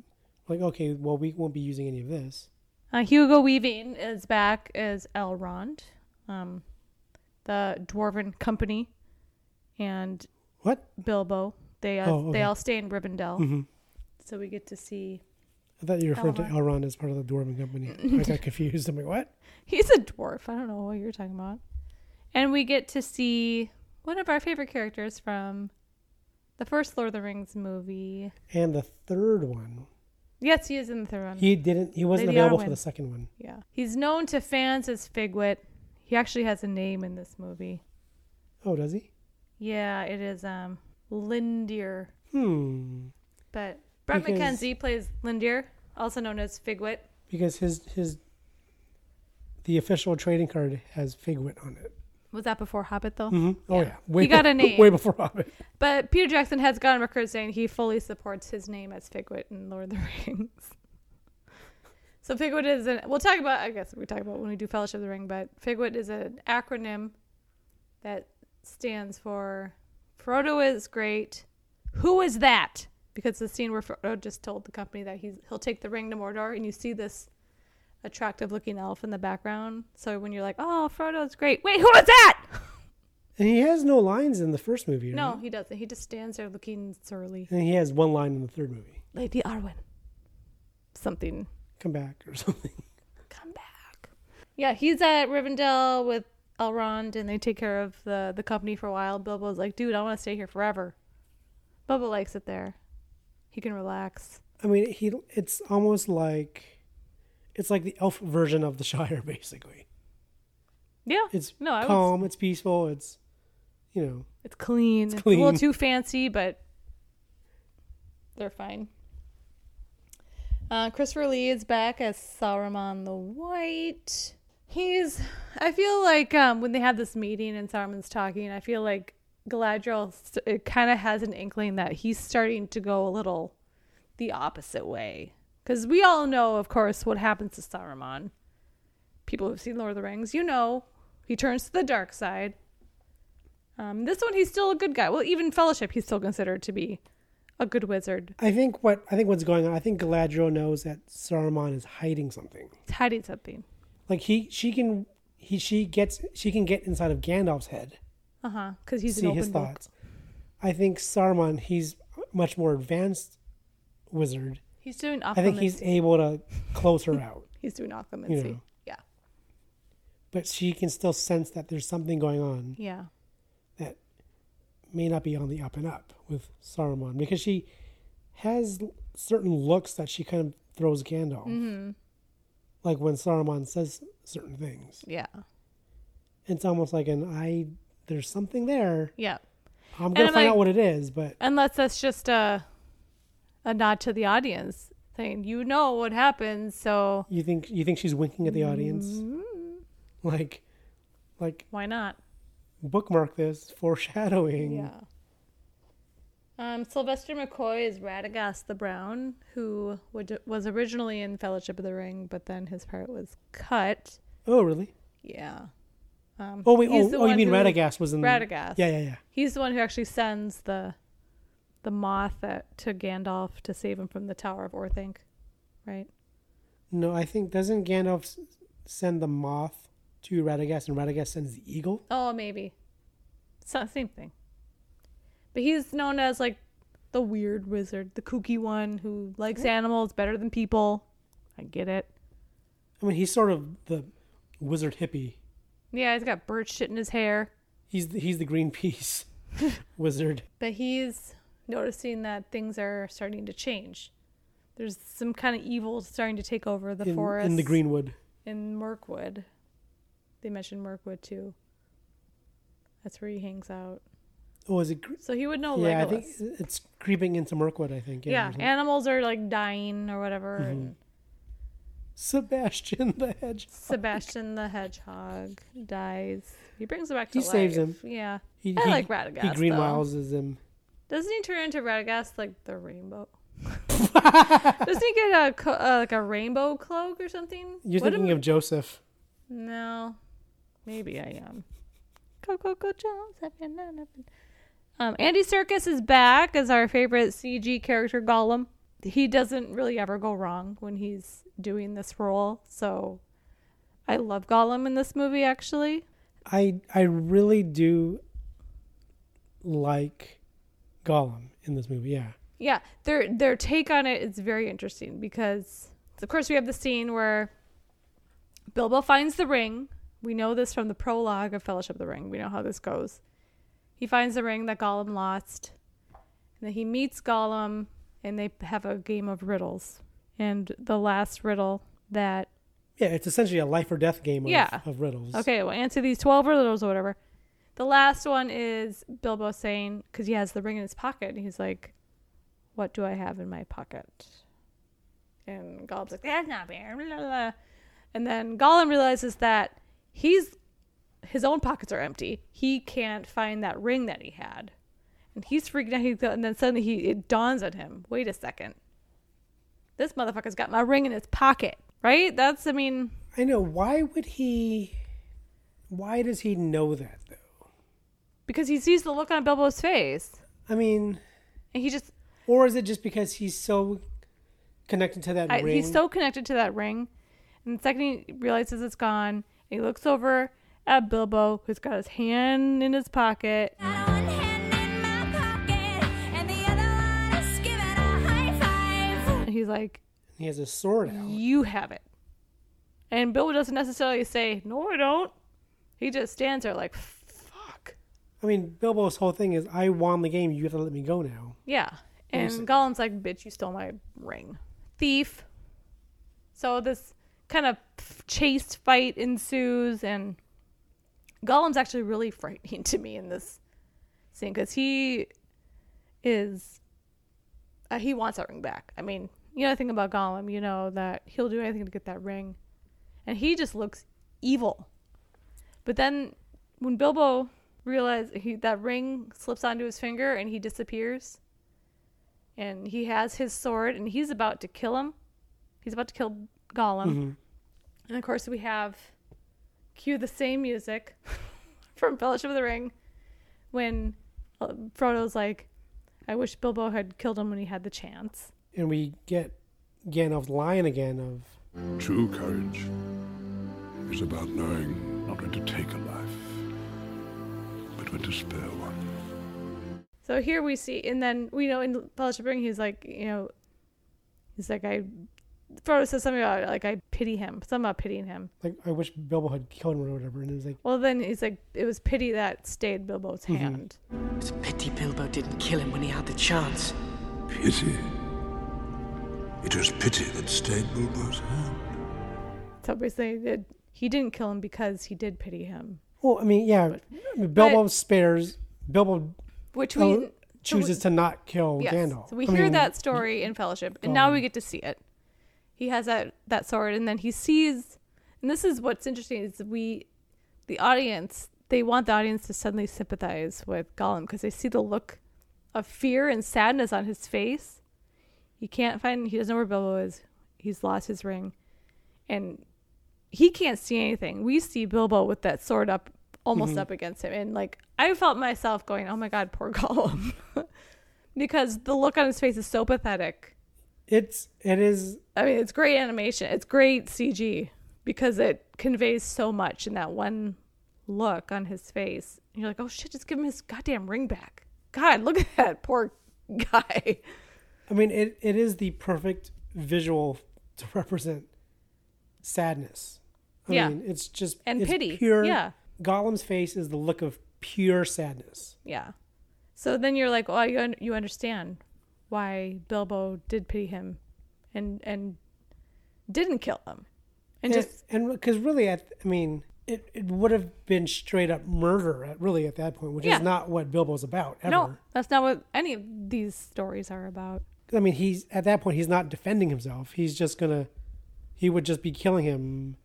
like, okay, well, we won't be using any of this.
Uh, Hugo Weaving is back as Elrond, um, the Dwarven Company, and
What?
Bilbo. They uh,
Oh, okay. Mm-hmm.
they all stay in Rivendell, so we get to see.
I thought you referred to Elrond as part of the Dwarven Company. I got confused. I'm like, what?
He's a dwarf. I don't know what you're talking about. And we get to see one of our favorite characters from the first Lord of the Rings movie.
And the third one,
Yes, he is in the third one.
he didn't. He wasn't
Lady
available
Arwen.
for the second one.
yeah, he's known to fans as Figwit. He actually has a name in this movie.
Oh, does he?
Yeah, it is um Lindir.
Hmm.
But Brett
Because-
McKenzie plays Lindir, also known as Figwit.
Because his his the official trading card has Figwit on it.
Was that before Hobbit though?
Oh yeah, way
He got
before,
a name.
way before Hobbit.
But Peter Jackson has gone on record saying he fully supports his name as Figwit in Lord of the Rings. So Figwit is an we'll talk about I guess we talk about when we do Fellowship of the Ring, but Figwit is an acronym that stands for Frodo is great. Who is that? Because the scene where Frodo just told the company that he's he'll take the ring to Mordor and you see this attractive looking elf in the background. So when you're like, Oh, Frodo's great, wait, who is that?
And he has no lines in the first movie. Right?
No, he doesn't. He just stands there looking surly.
And he has one line in the third movie.
Lady Arwen. Something.
Come back or something.
Come back. Yeah, he's at Rivendell with Elrond, and they take care of the, the company for a while. Bilbo's like, dude, I want to stay here forever. Bilbo likes it there. He can relax.
I mean, he. It's almost like, it's like the elf version of the Shire, basically.
Yeah.
It's
No, I would-
calm. It's peaceful. It's, you know,
It's clean. It's, a
clean.
little too fancy, but they're fine. Uh, Christopher Lee is back as Saruman the White. He's. I feel like um, when they have this meeting and Saruman's talking, I feel like Galadriel s- it kind of has an inkling that he's starting to go a little the opposite way. Because we all know, of course, what happens to Saruman. People who've seen Lord of the Rings, you know, he turns to the dark side. Um, this one, he's still a good guy. Well, even Fellowship, he's still considered to be a good wizard.
I think what I think what's going on. I think Galadriel knows that Saruman is hiding something.
He's hiding something.
Like he, she can, he, she gets, she can get inside of Gandalf's head,
Uh huh. Because he's
see
an open
his
book.
thoughts. I think Saruman, he's much more advanced wizard.
He's doing
I think he's
occlumency.
able to close her out,
He's doing occlumency.
you know.
Yeah.
but she can still sense that there's something going on
Yeah.
that may not be on the up and up with Saruman because she has l- certain looks that she kind of throws Gandalf,
Mm-hmm.
like when Saruman says certain things.
Yeah.
it's almost like an I there's something there.
Yeah.
I'm gonna
I'm
find out
like-
what it is, but
Unless that's just a, a nod to the audience saying, you know what happens. So
you think you think she's winking at the audience?
Mm-hmm.
Like like
why not?
bookmark this foreshadowing.
Yeah. Um, Sylvester McCoy is Radagast the Brown, who would, was originally in Fellowship of the Ring, but then his part was cut.
Oh really?
Yeah. Um,
Oh wait,
he's
oh,
the
oh you
one
mean
who-
Radagast was in the-
Radagast.
Yeah, yeah, yeah.
He's the one who actually sends the the moth that, to Gandalf to save him from the Tower of Orthanc, right?
No, I think doesn't Gandalf s- send the moth to Radagast and Radagast sends the eagle?
Oh, maybe. It's not the same thing. But he's known as like the weird wizard, the kooky one who likes animals better than people. I get it.
I mean he's sort of the wizard hippie.
Yeah, he's got bird shit in his hair.
He's the, he's the green peace wizard.
but he's noticing that things are starting to change. There's some kind of evil starting to take over the
in,
forest
in the Greenwood.
in Mirkwood. They mentioned Mirkwood too. That's where he hangs out.
Oh, is it? Cre-
So he would know
yeah,
Legolas.
I think it's creeping into Mirkwood. I think.
yeah,
or something.
animals are like dying or whatever.
Mm-hmm.
And
Sebastian the Hedge.
Sebastian the hedgehog dies. He brings him back to
He
life.
saves him.
Yeah.
He,
I
he-
like Radagast.
He green
though.
mileses him.
Doesn't he turn into Radagast like the rainbow? Doesn't he get a co- uh, like a rainbow cloak or something?
You're
What
thinking
am-
of Joseph.
no, maybe I am. Go go go, Jones! Have you not up- Um, Andy Circus is back as our favorite CG character Gollum. He doesn't really ever go wrong when he's doing this role, so I love Gollum in this movie. Actually,
I I really do like Gollum in this movie. Yeah.
yeah their their take on it is very interesting because of course we have the scene where bilbo finds the ring we know this from the prologue of fellowship of the ring we know how this goes he finds the ring that gollum lost and then he meets gollum and they have a game of riddles and the last riddle that
Yeah, it's essentially a life or death game of,
Yeah.
of riddles.
Okay, well, answer these 12 riddles or whatever. The last one is Bilbo saying, because he has the ring in his pocket, and he's like, What do I have in my pocket? And Gollum's like, That's not fair. blah, blah, blah." And then Gollum realizes that he's his own pockets are empty. He can't find that ring that he had. And he's freaking out. He's, and then suddenly he it dawns on him wait a second. This motherfucker's got my ring in his pocket, right? That's, I mean,
I know. Why would he? Why does he know that though?
because he sees the look on Bilbo's face.
I mean,
And he just,
or is it just because he's so connected to that
I,
ring?
he's so connected to that ring. And the second he realizes it's gone, and he looks over at Bilbo, who's got his hand in his pocket.
Got one hand in my pocket, and the other one is giving a high five.
And he's like,
he has a sword out.
You have it. And Bilbo doesn't necessarily say, No, I don't. He just stands there like, Fuck.
I mean, Bilbo's whole thing is, "I won the game. You have to let me go now."
Yeah. And Gollum's like, bitch, you stole my ring. Thief. So this kind of chase fight ensues, and Gollum's actually really frightening to me in this scene because he is. Uh, he wants that ring back. I mean, you know the thing about Gollum, you know that he'll do anything to get that ring. And he just looks evil. But then when Bilbo realizes he, that ring slips onto his finger and he disappears, and he has his sword and he's about to kill him. He's about to kill Gollum. And of course, we have cue the same music from Fellowship of the Ring when uh, Frodo's like, I wish Bilbo had killed him when he had the chance.
And we get Gandalf's line again of,
True courage is about knowing not when to take a life, but when to spare one.
So here we see, and then we know in Fellowship of the Ring, he's like, you know, he's like, I. Frodo says something about like I pity him. Something about pitying him.
"Like I wish Bilbo had killed him or whatever." And it was like,
Well, then he's like, it was pity that stayed Bilbo's hand.
It's a pity Bilbo didn't kill him when he had the chance.
Pity. It was pity that stayed Bilbo's hand.
So basically, it, he didn't kill him because he did pity him,
"Well, I mean, yeah, I mean, Bilbo spares. Bilbo
which we
uh, chooses to not kill
yes.
Gandalf."
So we
I
hear
mean,
that story in Fellowship, and now we get to see it. He has that that sword, and then he sees. And this is what's interesting is we, the audience, they want the audience to suddenly sympathize with Gollum because they see the look of fear and sadness on his face. He can't find. He doesn't know where Bilbo is. He's lost his ring, and he can't see anything. We see Bilbo with that sword up, almost
Mm-hmm.
up against him, and like I felt myself going, "Oh my god, poor Gollum," because the look on his face is so pathetic.
It's it is
I mean, it's great animation. It's great CG because it conveys so much in that one look on his face. And you're like, "Oh shit, just give him his goddamn ring back." God, look at that poor guy.
I mean, it, it is the perfect visual to represent sadness. I
Yeah.
mean, it's just
And
it's
pity.
Pure
Yeah.
Gollum's face is the look of pure sadness.
Yeah. So then you're like, well, you un- you understand why Bilbo did pity him, and and didn't kill him. and
Eh,
just
and because really, at I mean, it, it would have been straight up murder at really at that point, which
Yeah.
is not what Bilbo's about ever.
no, that's not what any of these stories are about.
I mean, he's at that point he's not defending himself. He's just gonna, he would just be killing him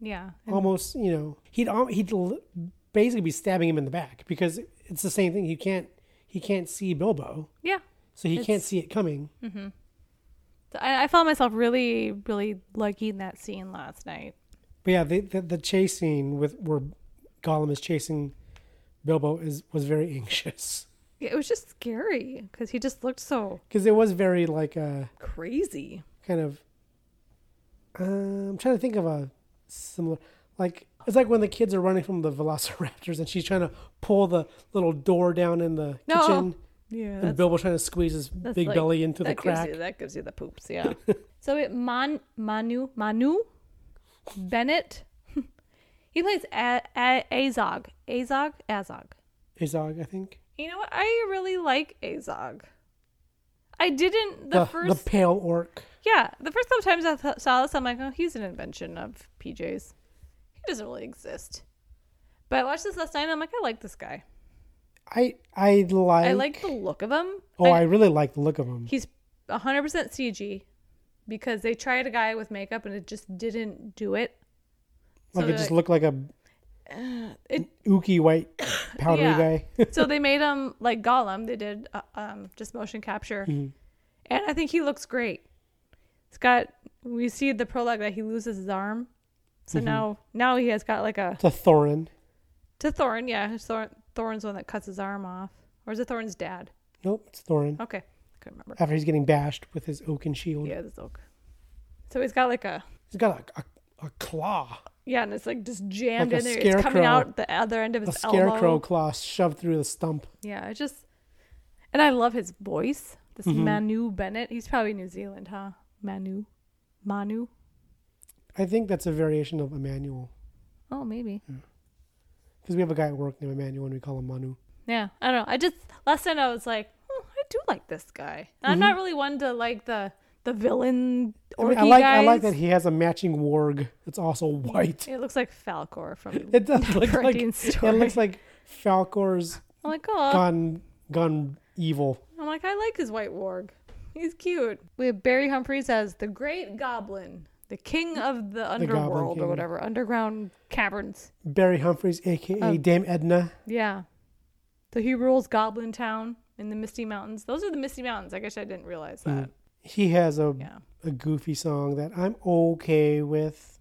Yeah,
almost. You know, he'd al- he'd l- basically be stabbing him in the back because it's the same thing. He can't he can't see Bilbo,
yeah.
so he can't see it coming.
I, I found myself really, really liking that scene last night.
But yeah, the, the the chase scene with where Gollum is chasing Bilbo is was very anxious
Yeah, It was just scary because he just looked so
because it was very like a
crazy.
kind of. Uh, I'm trying to think of a similar like it's like when the kids are running from the velociraptors and she's trying to pull the little door down in the
No.
kitchen
Yeah,
and Bilbo trying to squeeze his
That's
big
like-
belly into the
that gives
crack.
you- that gives you the poops, yeah. so it Man Manu Manu Bennett. he plays A- A- Azog. Azog Azog.
Azog, I think.
You know what? I really like Azog. I didn't the,
The, the
first
pale orc.
yeah the first couple times I th- saw this I'm like oh he's an invention of PJ's. He doesn't really exist. But I watched this last night and I'm like I like this guy.
I I like.
I like the look of him.
Oh, I, really like the look of him.
he's 100% CG because they tried a guy with makeup and it just didn't do it.
Like
they're
it just
like-
looked like a
Uh, it-
ooky white powdery
Yeah.
guy.
so they made him like Gollum. They did uh, um, just motion capture,
Mm-hmm.
and I think he looks great. It's got we see the prologue that he loses his arm, so
Mm-hmm.
now now he has got like a
It's a Thorin.
to Thorin. Yeah, Thorin, Thorin's the one that cuts his arm off, or is it Thorin's dad?
Nope, it's Thorin.
Okay, I couldn't remember.
After he's getting bashed with his oaken shield,
Yeah, this oak. So he's got like a
he's got a, a, a claw,
yeah, and it's like just jammed
Like
in
a
there. It's coming
scarecrow.
out the other end of
a
his
scarecrow
elbow.
claw shoved through the stump.
Yeah, it just and I love his voice. This
Mm-hmm.
Manu Bennett. He's probably New Zealand, huh? Manu. Manu.
I think that's a variation of Emmanuel
Oh, maybe.
Hmm. because we have a guy at work named Emmanuel and we call him Manu.
Yeah. I don't know. I just last night I was like, oh, I do like this guy. And I'm not really one to like the the villain
Mm-hmm. I,
orky
mean, I like
guys.
I like that he has a matching warg that's also white.
It looks like Falcor from
It does look like
Neverending Story.
it looks like Falcor's
I'm like, oh,
gone gone evil.
I'm like, I like his white warg. He's cute. We have Barry Humphries as the Great Goblin, the King of the
Goblin
Underworld or
King.
whatever, underground caverns.
Barry Humphries, aka Dame Edna.
Yeah. So he rules Goblin Town in the Misty Mountains. Those are the Misty Mountains. I guess I didn't realize
Hmm.
that.
he has a
Yeah.
a goofy song that I'm okay with.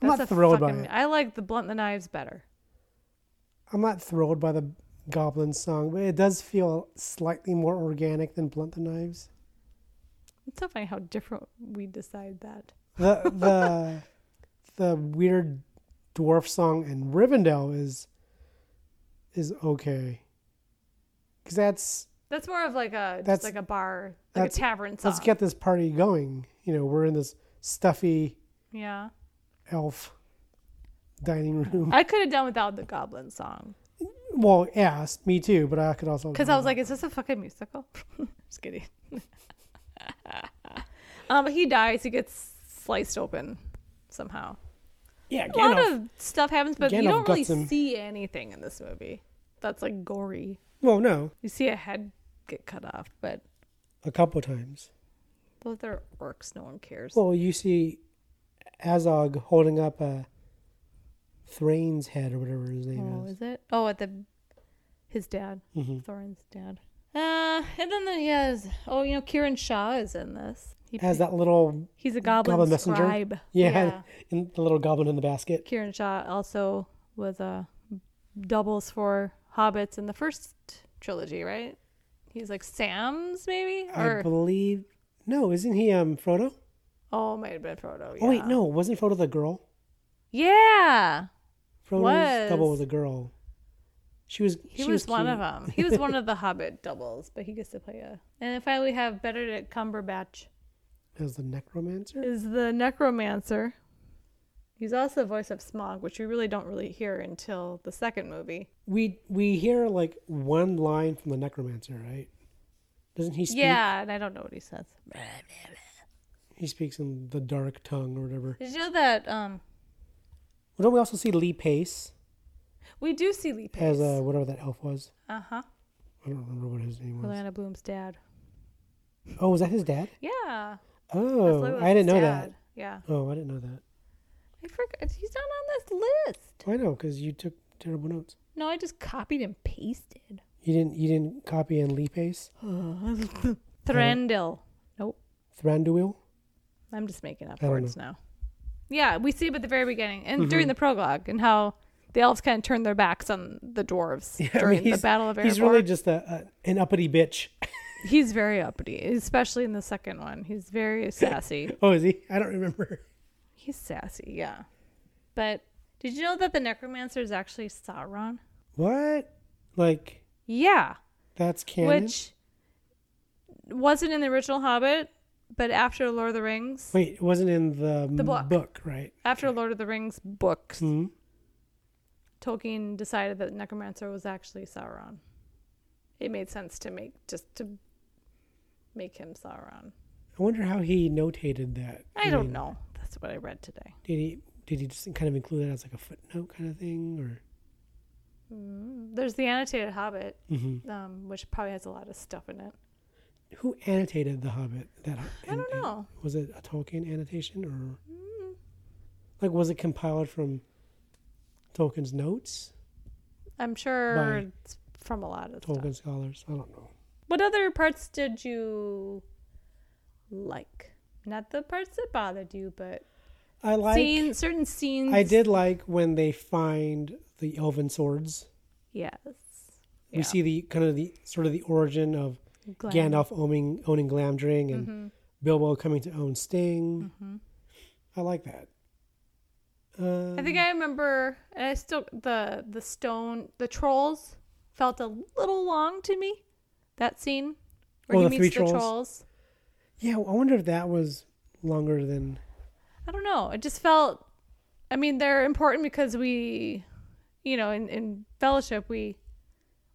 I'm
That's
not
a
thrilled
fucking-
by it.
I like the Blunt the Knives better.
I'm not thrilled by the Goblin song, but it does feel slightly more organic than Blunt the Knives.
It's so funny how different we decide that.
The the the weird dwarf song in Rivendell is is okay. Cause that's
That's more of like a just
That's-
like a bar, like a
that's-
tavern song.
let's get this party going. You know, we're in this stuffy
yeah.
elf dining room.
I could have done without the Goblin song.
well, yes, me too, but I could also
Because I was like, is this a fucking musical? just kidding. um, but he dies. He gets sliced open somehow.
yeah,
a lot of stuff happens, but you
Gandalf
don't really
guts him.
see anything in this movie that's like gory.
well, no,
You see a head get cut off, but
a couple times.
though they're orcs, no one cares.
Well, you see Azog holding up a Thrain's head or whatever his name
oh,
is.
is it? Oh, at the his dad,
Mm-hmm.
Thorin's dad. Uh, and then the, yeah, is- oh, you know, Kieran Shaw is in this. He,
Has that little
he's a goblin,
goblin messenger?
scribe.
Yeah, and the little goblin in the basket.
Kieran Shaw also was a doubles for hobbits in the first trilogy, right? He's like Sam's maybe,
I
or
believe. No, isn't he um Frodo?
oh, might have been Frodo.
Oh wait,
yeah.
no, wasn't Frodo the girl?
Yeah,
Frodo's
Was.
double was a girl. She was.
he
she
was, one
cute.
of them. He was one of the Hobbit doubles, but he gets to play a. And then finally, we have Benedict Cumberbatch
As the necromancer.
is the Necromancer. He's also the voice of Smog, which we really don't really hear until the second movie.
We we hear like one line from the necromancer, right? Doesn't he speak?
Yeah, and I don't know what he says.
He He speaks in the dark tongue or whatever.
Did you know that um,
Well, don't we also see Lee Pace
we do see Lee
as
Pace?
uh, whatever that elf was?
Uh huh.
I don't remember what his name was.
Orlando Bloom's dad.
Oh, was that his dad?
Yeah. That's
Oh,
Lola's
I didn't know
dad.
that.
Yeah.
Oh, I didn't know that.
I forgot. He's not on this list.
I know because you took terrible notes.
No, I just copied and pasted.
You didn't. You didn't copy in Lee Pace,
Thranduil. Nope.
Thranduil.
I'm just making up
I don't
words now. Yeah, we see him at the very beginning and during the prologue and how the elves kind of turned their backs on the dwarves
I
during
mean,
the
he's-
Battle of Erebor.
He's really just a, a an uppity bitch.
He's very uppity, especially in the second one. He's very sassy.
Oh, is he? I don't remember.
He's sassy, yeah. But did you know that the necromancer is actually Sauron?
What? Like
Yeah,
that's canon?
which wasn't in the original Hobbit, but after Lord of the Rings,
Wait, it wasn't in the, m-
book.
right?
after Lord of the Rings books,
Mhm.
Tolkien decided that necromancer was actually Sauron. It made sense to make just to make him Sauron.
I wonder how he notated that.
I don't
mean,
know. That's what I read today.
Did he? Did he just kind of include that as like a footnote kind of thing, or
There's the annotated Hobbit,
Mm-hmm.
um, which probably has a lot of stuff in it.
who annotated the Hobbit? That
I don't know. Mm.
Was it a Tolkien annotation, or like was it compiled from Tolkien's notes?
I'm sure
By-
it's from a lot of stuff.
Tolkien scholars. I don't know.
What other parts did you like? Not the parts that bothered you, but
I like.
scenes, certain scenes.
I did like when they find the elven swords.
Yes.
We see the kind of the sort of the origin of
Glam. Mm-hmm.
Gandalf owning owning Glamdring and Bilbo coming to own Sting. I like that. Uh,
I think I remember. And I still the the stone the trolls felt a little long to me. That scene where
Oh,
he
the
meets
three
the
trolls?
trolls.
yeah, I wonder if that was longer than
I don't know. It just felt. I mean, they're important because we, you know, in, in fellowship we,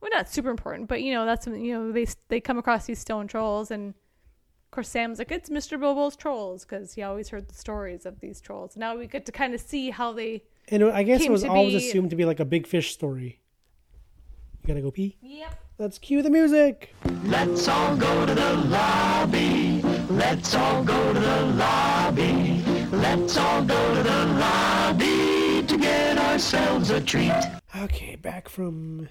we're not super important, but you know that's when, you know they they come across these stone trolls, and of course Sam's like it's Mr. Bilbo's trolls because he always heard the stories of these trolls. Now we get to kind of see how they.
And I guess it
Came
was
to
always
be-
assumed to be like a big fish story. You gotta go pee.
Yep.
Let's cue the music.
Let's all go to the lobby. Let's all go to the lobby. Let's all go to the lobby to get ourselves a treat.
Okay, back from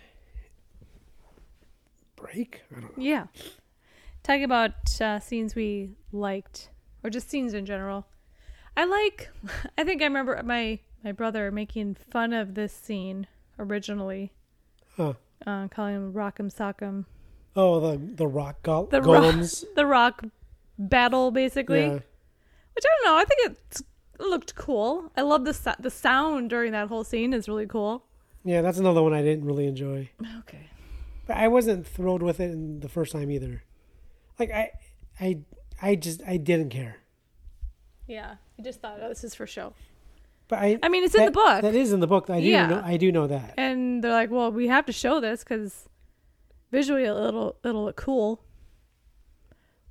break. I don't know.
Yeah. Talking about uh, scenes we liked, or just scenes in general. I like. I think I remember my my brother making fun of this scene originally,
Huh.
uh, calling him Rock'em Sock'em,
Oh, the the rock gol-
the
golems.
rock, the rock battle basically.
Yeah.
Which I don't know. I think it looked cool. I love the so- the sound during that whole scene is really cool.
yeah, that's another one I didn't really enjoy.
Okay.
But I wasn't thrilled with it in the first time either. Like I, I, I just I didn't care.
Yeah, I just thought, oh, this is for show.
But I.
I mean, it's in the book.
That is in the book. I do
Yeah.
know. I do know that.
and they're like, "Well, we have to show this because visually it'll it'll look cool."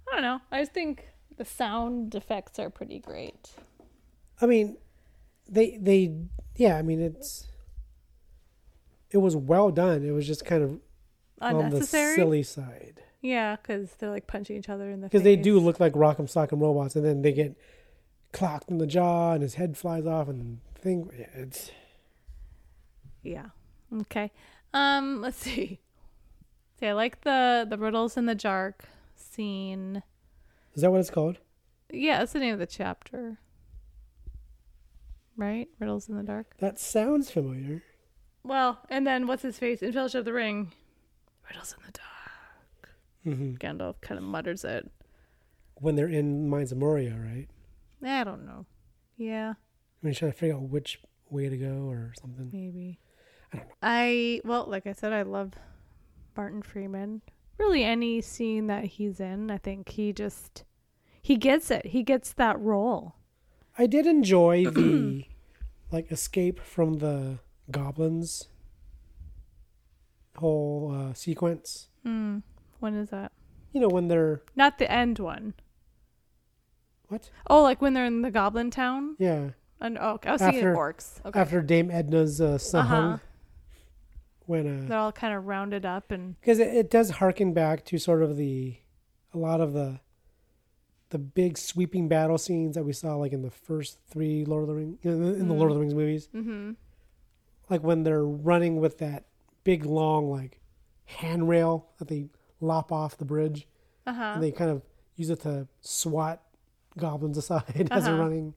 I don't know. I just think the sound effects are pretty great.
I mean, they they yeah. I mean, it's it was well done. It was just kind of on the
Unnecessary.
silly side
Yeah, because they're like punching each other in the
because they
face.
do look like Rock'em Sock'em robots, and then they get clocked in the jaw, and his head flies off, and the thing. yeah, It's
Yeah. Okay. Um. Let's see. See, I like the the riddles in the dark scene.
is that what it's called?
Yeah, that's the name of the chapter. Right, riddles in the dark.
That sounds familiar.
Well, and then what's his face in Fellowship of the Ring? Riddles in the dark. Gandalf kind of mutters it.
When they're in Mines of Moria, right?
I don't know. Yeah,
I mean, trying to figure out which way to go or something.
maybe. I well, like I said, I love Martin Freeman. Really, any scene that he's in, I think he just he gets it. He gets that role.
I did enjoy the like escape from the goblins whole uh, sequence.
When is that?
You know when they're
Not the end one.
What?
Oh, like when they're in the Goblin Town.
Yeah.
And oh, okay, I was thinking
After-
of orcs. Okay,
After Dame Edna's uh, son hung, when uh,
they're all kind of rounded up and
because it, it does harken back to sort of the a lot of the the big sweeping battle scenes that we saw like in the first three Lord of the Rings in the, in the Lord of the Rings movies. Mm-hmm. Like when they're running with that big long like handrail that they lop off the bridge, and they kind of use it to swat goblins aside as they're running.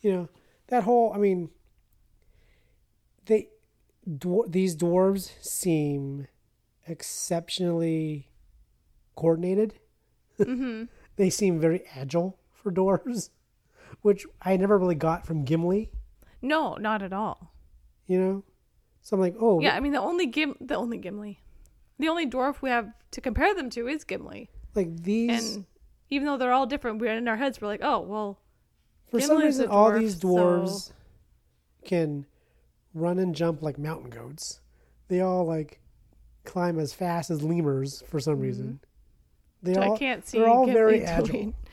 You know that whole. I mean, they dwar- these dwarves seem exceptionally coordinated.
Mm-hmm.
they seem very agile for dwarves, which I never really got from Gimli.
no, not at all.
You know, so I'm like, oh,
Yeah, I mean the only Gim, the only Gimli, the only dwarf we have to compare them to is Gimli.
like these.
And even though they're all different, we're in our heads. We're like, oh well,
for some
Gimli's a
reason, all
dwarf,
these dwarves can run and jump like mountain goats. They all like climb as fast as lemurs for some reason. They
Mm-hmm. I
all
can't see
they're all
Gimli
very
doing-
agile.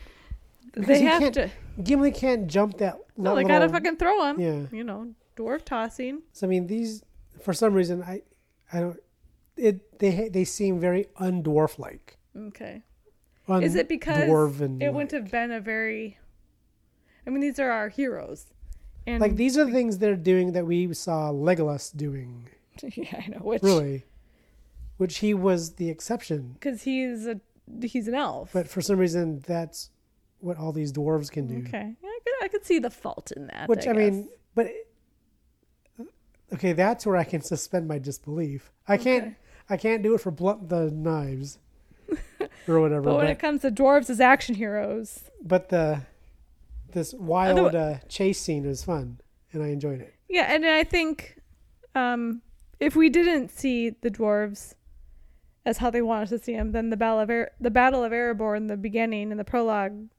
Because
they
he
have
can't-
to.
Gimli can't jump that.
No, they
little-
gotta fucking throw him.
Yeah.
you know, dwarf tossing.
So I mean, these for some reason I, I don't. It they they seem very undwarf like.
Okay.
Um,
Is it because it wouldn't have been a very? I mean, these are our heroes, and
like these are the things they're doing that we saw Legolas doing,
yeah, I know which
really, which he was the exception.
because he's a he's an elf.
But for some reason, that's what all these dwarves can do.
okay, yeah, I could I could see the fault in that.
Which I, mean,
guess.
but okay, that's where I can suspend my disbelief. I can't. I can't do it for blunt the knives or whatever.
But when
but-
it comes to dwarves as action heroes,
but the this wild
Otherwi-
uh, chase scene was fun and I enjoyed it.
yeah, and I think um,
if we didn't see the dwarves as how they wanted to see them, then the battle of Air the battle of Erebor in the beginning in the prologue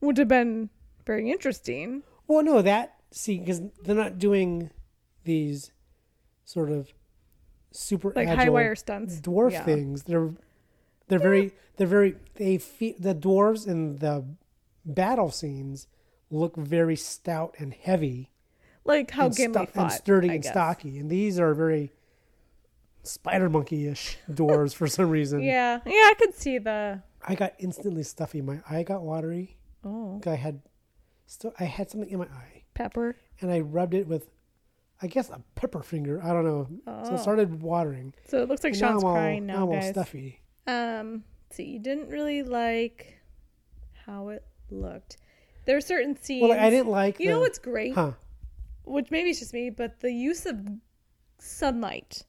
would have been very interesting.
Well, no, that see because they're not doing these sort of super
Like
agile
high wire stunts.
dwarf
Yeah.
things. They're they're very they're very they feel the dwarves in the battle scenes look very stout and heavy
Like how
and,
Oh, Gimli
sto-
fought.
and sturdy
I
and
guess.
stocky, and these are very spider monkey ish dwarves for some reason.
Yeah. Yeah, I could see the
I got instantly stuffy. My eye got watery. Oh. I had still I had something in my eye
pepper.
and I rubbed it with I guess a pepper finger. I don't know. So it started watering.
So it looks like
And
Oh. Sean's
I'm all-
crying now,
I'm all
guys.
stuffy.
Um, so you didn't really like how it looked. There are certain scenes.
Well, like, I didn't like
You
the-
know what's great?
Huh.
Which maybe it's just me, but the use of sunlight.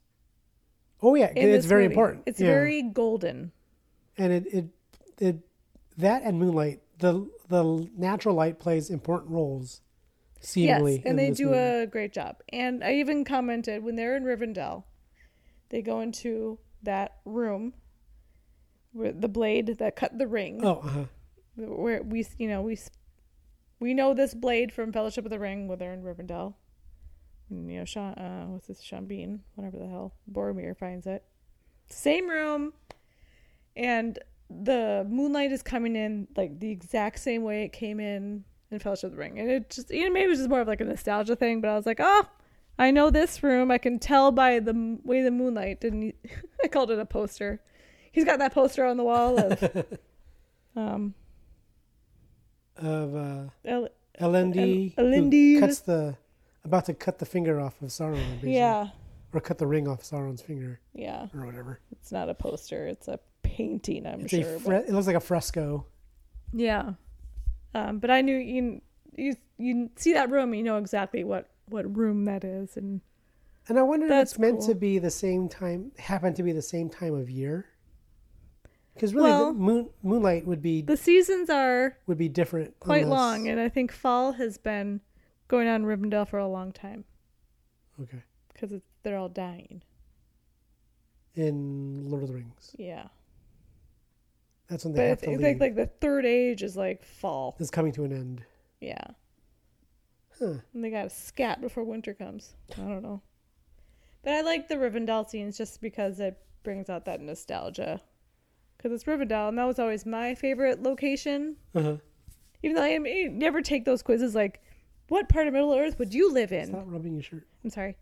Oh yeah,
in
it's
this
very
movie.
important.
It's
Yeah.
very golden.
and it, it it that and moonlight the the natural light plays important roles. Seemingly,
yes, and
in
they
this
do
movie.
a great job. And I even commented when they're in Rivendell, they go into that room where the blade that cut the ring,
oh uh-huh.
where we s- you know we s- we know this blade from Fellowship of the Ring when they're in Rivendell. And, you know, Sean, uh, what's this? Sean Bean, whatever the hell. Boromir finds it. Same room, and the moonlight is coming in like the exact same way it came in in Fellowship of the Ring, and it just you know maybe it was just more of like a nostalgia thing, but I was like, oh, I know this room. I can tell by the m- way the moonlight didn't. e-" I called it a poster. He's got that poster on the wall of um
of uh,
L-
Elendi,
El-
who
Elendil.
cuts the about to cut the finger off of Sauron. basically.
yeah
or cut the ring off Sauron's finger
yeah.
or whatever.
It's not a poster. It's a painting. I'm
It's
sure.
a
but-
fre- it looks like a fresco.
yeah,
Um, but I knew you you you see that room, you know exactly what what room that is, and
And I wonder if
That's
it's meant
cool.
to be the same time, happen to be the same time of year. Because really,
Well-
the moon, moonlight would be
the seasons are
would be different.
quite
unless-
long, and I think fall has been going on in Rivendell for a long time
Okay,
because they're all dying.
in Lord of the Rings,
Yeah,
that's when they
but
have
it's,
to
it's
leave.
like like the third age is like fall.
it's coming to an end.
Yeah,
Huh.
and they got to scat before winter comes. I don't know, but I like the Rivendell scenes just because it brings out that nostalgia. Because it's Rivendell, and that was always my favorite location
Uh-huh.
Even though I am, you never take those quizzes like, what part of Middle Earth would you live in?
Stop rubbing your shirt.
I'm sorry,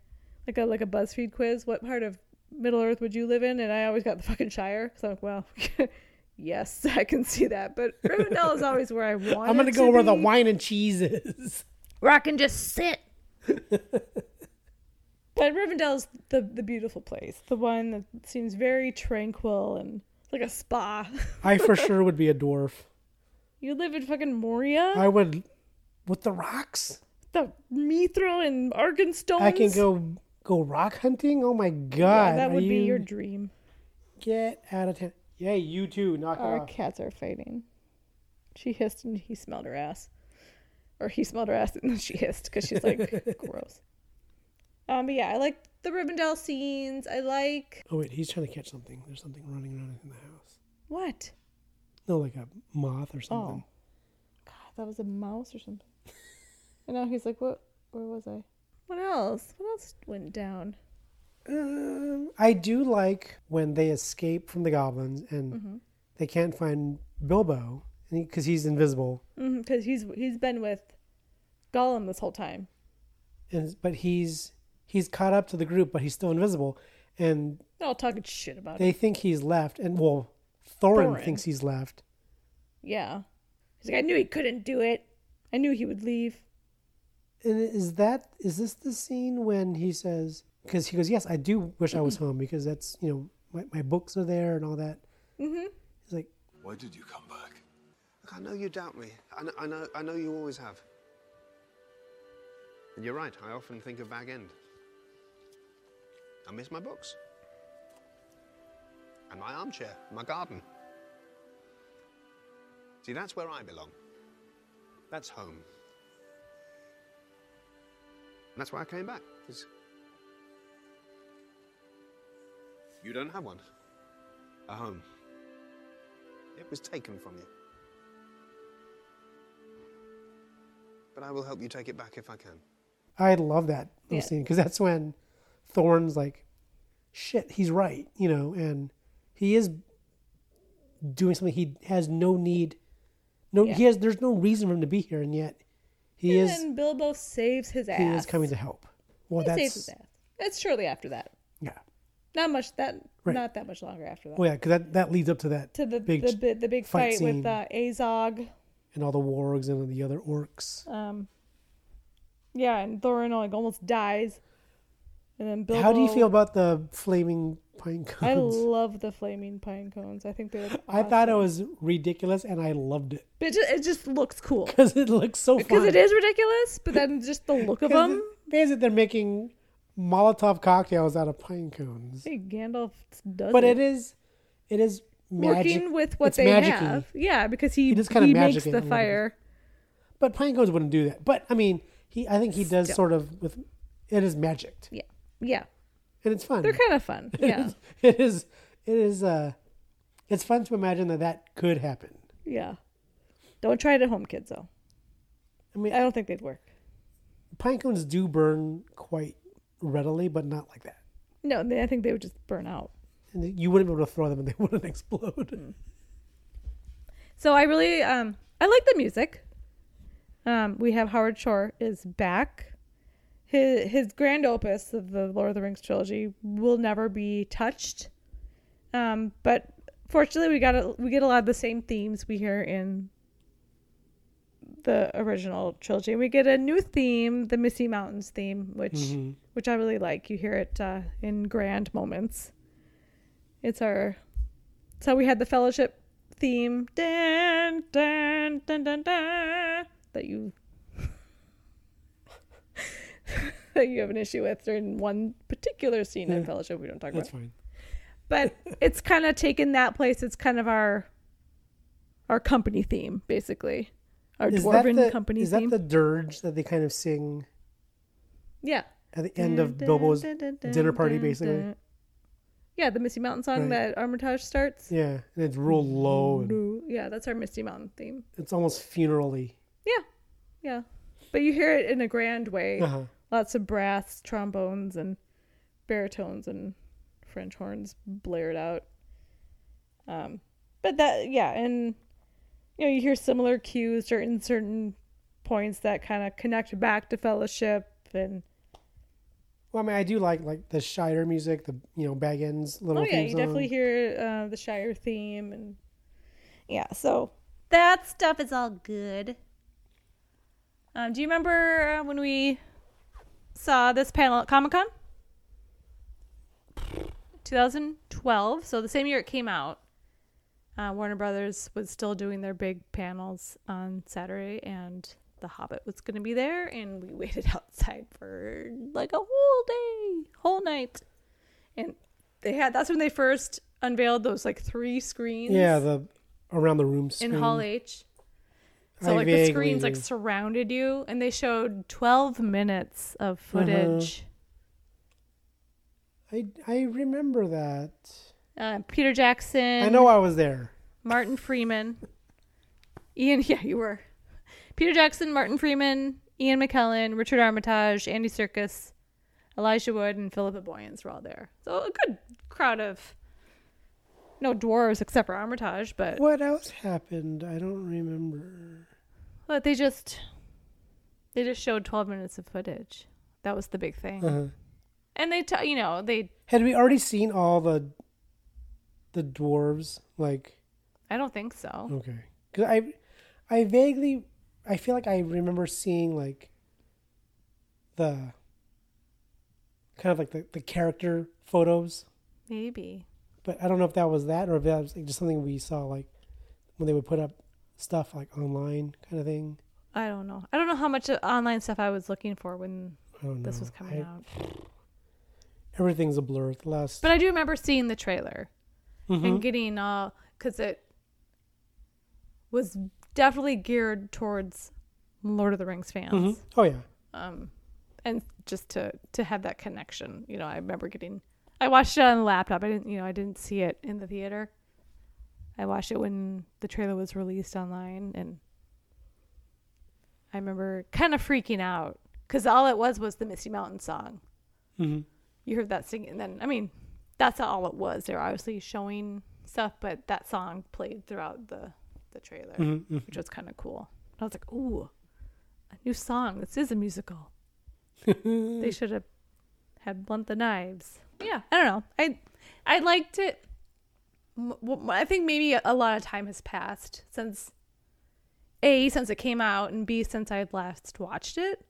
like a like a BuzzFeed quiz. What part of Middle Earth would you live in? And I always got the fucking Shire. So I'm like, well, yes, I can see that. But Rivendell is always where I want.
I'm
it
gonna
to
go where the
be.
wine and cheese is.
Where I can just sit.
But Rivendell's the the beautiful place, the one that seems very tranquil and it's like a spa.
I for sure would be a dwarf.
You live in fucking Moria,
I would with the rocks.
the Mithril and Arkenstones.
I can go go rock hunting. Oh my god,
Yeah, that
are
would be your
you-
dream.
get out of town. Yeah, you too. Knock it
Our
off.
cats are fighting. She hissed and he smelled her ass. Or he smelled her ass and then she hissed because she's like, gross. Um, but yeah, I like the Rivendell scenes. I like.
Oh wait, he's trying to catch something. There's something running around in the house.
What?
No, like a moth or something.
Oh. God, that was a mouse or something. and now he's like, what? Where was I? What else? What else went down?
Um, I do like when they escape from the goblins and they can't find Bilbo because he's invisible.
Because Mm-hmm, he's he's been with Gollum this whole time.
And but he's he's caught up to the group, but he's still invisible. And
They're all talking shit about it.
they think he's left. And well, Thorin,
Thorin.
thinks he's left.
Yeah. He's like, I knew he couldn't do it. I knew he would leave.
And is that is this the scene when he says because he goes yes I do wish I was
Mm-hmm.
home because that's you know my, my books are there and all that. Mm-hmm. He's like
Why did you come back?
Look, I know you doubt me. I know, I know, I know you always have. And you're right, I often think of Bag End. I miss my books. And my armchair, my garden. See, that's where I belong. That's home. And that's why I came back, 'cause You don't have one. A home. It was taken from you. But I will help you take it back if I can.
I love that little
Yeah.
scene because that's when Thorne's like, shit, he's right, you know, and he is doing something he has no need. No, he
Yeah.
has. There's no reason for him to be here, and yet he
and
is.
then Bilbo saves his ass.
He is coming to help. Well,
He saves
that's
his ass. That's shortly after that.
yeah.
Not much that
Right.
not that much longer after that.
Well, yeah, because that, that leads up to that
to the
big
the, bi- the big
fight
fight, with
scene.
uh, Azog.
and all the wargs and the other orcs.
Um, yeah, and Thorin like almost dies. And then Bilbo
How do you feel about the flaming pine
I
cones?
love the flaming pine cones. I think they look
I, thought it was ridiculous, and I loved it
but it just, it just looks cool.
because it looks so.
Because
fun.
it is ridiculous, but then just the look of
Because
them.
it- Basically, they're making Molotov cocktails out of pine cones.
Hey, Gandalf does
But
it.
it is, it is magic.
working with what
it's
they
magic-y.
have. Yeah, because he,
He just kinda
he makes
magic it a
the
little bit.
fire.
But pine cones wouldn't do that. But I mean, he. I think he does
Still.
sort of with. It is magic,
Yeah. Yeah.
and it's fun.
They're kind of fun. Yeah.
it is. It is. Uh, it's fun to imagine that that could happen.
yeah. Don't try it at home, kids, though.
I mean,
I don't think they'd work.
pine cones do burn quite readily, but not like that.
No, they, I think they would just burn out.
And you wouldn't be able to throw them, and they wouldn't explode.
So I really, um, I like the music. Um, we have Howard Shore is back. His his grand opus of the Lord of the Rings trilogy will never be touched. Um, but fortunately, we got a, we get a lot of the same themes we hear in the original trilogy. We get a new theme, the Misty Mountains theme, which which I really like. You hear it uh, in grand moments. It's our so we had the fellowship theme dun, dun, dun, dun, dun, that you that you have an issue with during one particular scene in fellowship we don't talk about
That's fine.
but it's kind of taken that place. It's kind of our our company theme, basically, our
Is that
dwarven
the
company
is
theme.
that the dirge that they kind of sing?
yeah,
at the end of Bilbo's dinner party, basically.
Yeah, the Misty Mountain song
Right.
that Armitage starts.
Yeah, and it's real low and
Yeah, that's our Misty Mountain theme.
it's almost funerally.
Yeah, yeah, but you hear it in a grand way.
Uh-huh.
Lots of brass, trombones, and baritones and French horns blared out. Um, but that yeah, and
you know you hear similar cues certain certain points that kind of connect back to fellowship and
Well, I mean, I do like like the Shire music, the you know bag ends little.
oh yeah
theme
you
song.
definitely hear uh, the shire theme and yeah so
that stuff is all good. Um, do you remember uh, when we saw this panel at Comic Con? 2012, so the same year it came out. Uh, Warner Brothers was still doing their big panels on Saturday, and The Hobbit was going to be there, and we waited outside for like a whole day, whole night. And they had that's when they first unveiled those like three screens
Yeah, the around the room screen.
in Hall H. So
I
like the
vaguely
screens like
knew.
surrounded you, and they showed twelve minutes of footage.
I I remember that.
Uh, Peter Jackson.
Uh-huh. I know I was there.
Martin Freeman. Ian, yeah, you were. Peter Jackson, Martin Freeman, Ian McKellen, Richard Armitage, Andy Serkis, Elijah Wood, and Philippa Boyens were all there. So a good crowd of no dwarves except for Armitage, but
What else happened? I don't remember.
But they just they just showed 12 minutes of footage. That was the big thing.
Uh-huh.
And they t- you know, they
Had we already seen all the the dwarves? Like
I don't think so.
okay, 'Cause I I vaguely I feel like I remember seeing like the kind of like the, the character photos,
Maybe.
but I don't know if that was that or if that was like just something we saw like when they would put up stuff like online kind of thing.
I don't know. I don't know how much uh, online stuff I was looking for when
I don't know.
this was coming
Oh, I-
out.
Everything's a blur. The last
But I do remember seeing the trailer
Mhm.
and getting uh cuz it was definitely geared towards Lord of the Rings fans.
Mhm. Oh yeah.
um, and just to to have that connection. You know, I remember getting. I watched it on the laptop. I didn't, you know, I didn't see it in the theater. I watched it when the trailer was released online, and I remember kind of freaking out because all it was was the Misty Mountain song.
Mhm.
You heard that singing, and then I mean, that's not all it was. They were obviously showing stuff, but that song played throughout the the trailer,
Mhm, mhm.
which was kind of cool. I was like, ooh, a new song. This is a musical. They should have had Blunt the Knives. Yeah, I don't know. I I liked it. M- w- I think maybe a lot of time has passed since a since it came out and b since I last watched it.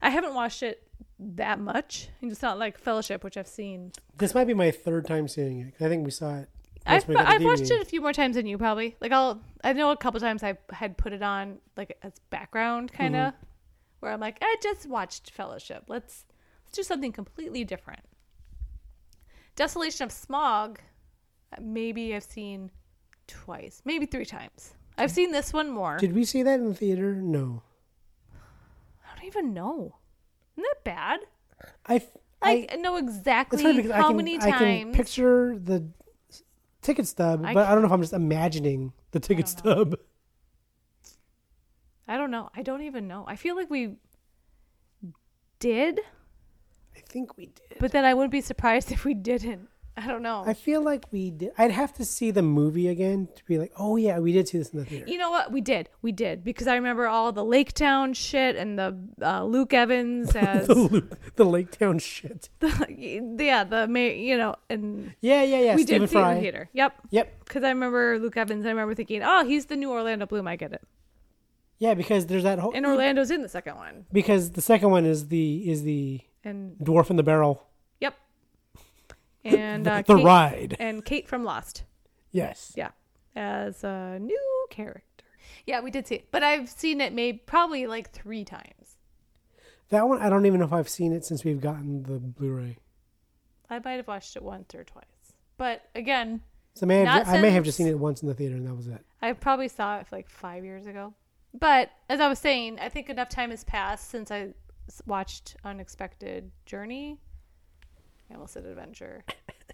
I haven't watched it that much, and it's not like Fellowship, which I've seen.
This might be my third time seeing it. 'cause I think we saw it.
I've,
once we got the
I've watched
DVD.
it a few more times than you probably. Like I'll I know a couple times I had put it on like as background
Mm-hmm.
kind of, where I'm like I just watched Fellowship. Let's let's do something completely different. Desolation of Smog, uh, maybe I've seen twice, maybe three times. I've seen this one more.
Did we see that in the theater? No.
I don't even know. Isn't that bad?
I. f- I
Like I, know
it's
exactly
funny because I
how
can,
many
I
times.
can picture the s- ticket stub,
I
but I don't know if I'm just imagining the ticket stub.
I don't know. I don't even know. I feel like we did,
I think we did.
but then I wouldn't be surprised if we didn't. I don't know.
I feel like we did. I'd have to see the movie again to be like, oh yeah, we did see this in the theater.
you know what? We did. We did because I remember all the Lake Town shit and the uh, Luke Evans as
the, Lu- the Lake Town shit.
yeah the ma- you know and
Yeah, yeah, yeah.
we
Stephen
did see it in
Fry.
the theater. Yep.
Yep.
Because I remember Luke Evans. I remember thinking, oh, he's the new Orlando Bloom. I get it.
Yeah, because there's that whole
And Orlando's in the second one.
because the second one is the is the
And
dwarf in the barrel.
Yep. And uh,
The
Kate,
ride.
and Kate from Lost.
Yes.
Yeah, as a new character. Yeah, we did see it, but I've seen it maybe probably like three times.
That one I don't even know if I've seen it since we've gotten the Blu-ray.
I might have watched it once or twice, but again,
So I may,
Not
have, I may have just
since-
seen it once in the theater and that was it.
I probably saw it like five years ago. But as I was saying, I think enough time has passed since I s- watched Unexpected Journey. I almost said Adventure,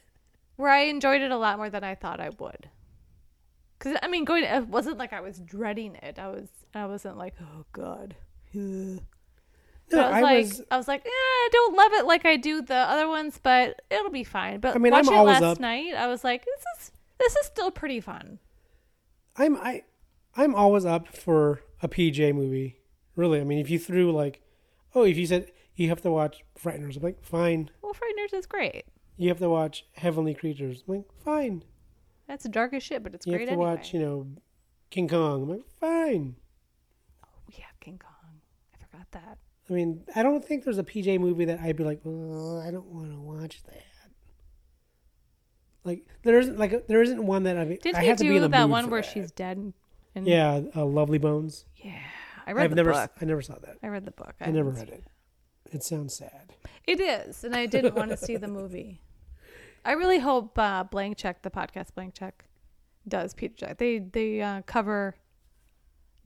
where I enjoyed it a lot more than I thought I would. Cause I mean, going it wasn't like I was dreading it. I was I wasn't like oh god. ugh." So
No,
I was
I
like
was-
I was like eh, I don't love it like I do the other ones, but it'll be fine. But
I mean, I'm
watching it
always
last
up.
night, I was like this is this is still pretty fun.
I'm I I'm always up for a PJ movie. Really, I mean, if you threw like, oh, if you said you have to watch Frighteners, I'm like, fine.
Well, Frighteners is great.
You have to watch Heavenly Creatures, I'm like, fine.
That's dark as shit, but it's
you have
great
to
anyway.
watch, you know, King Kong, I'm like, fine.
We have King Kong. I forgot that.
I mean, I don't think there's a PJ movie that I'd be like, oh, I don't want to watch that. Like there isn't like there isn't one that I
Did
I
he
have to be in
do
the
that
mood
one
for
where
that.
she's dead? And
yeah, uh, Lovely Bones.
Yeah, I read
I've
the
never
book.
I never saw that.
I read the book.
I,
haven't
never
seen
read it. It sounds sad.
It is, and I did want to see the movie. I really hope uh, Blank Check, the podcast Blank Check, does Peter Jack. They they uh, cover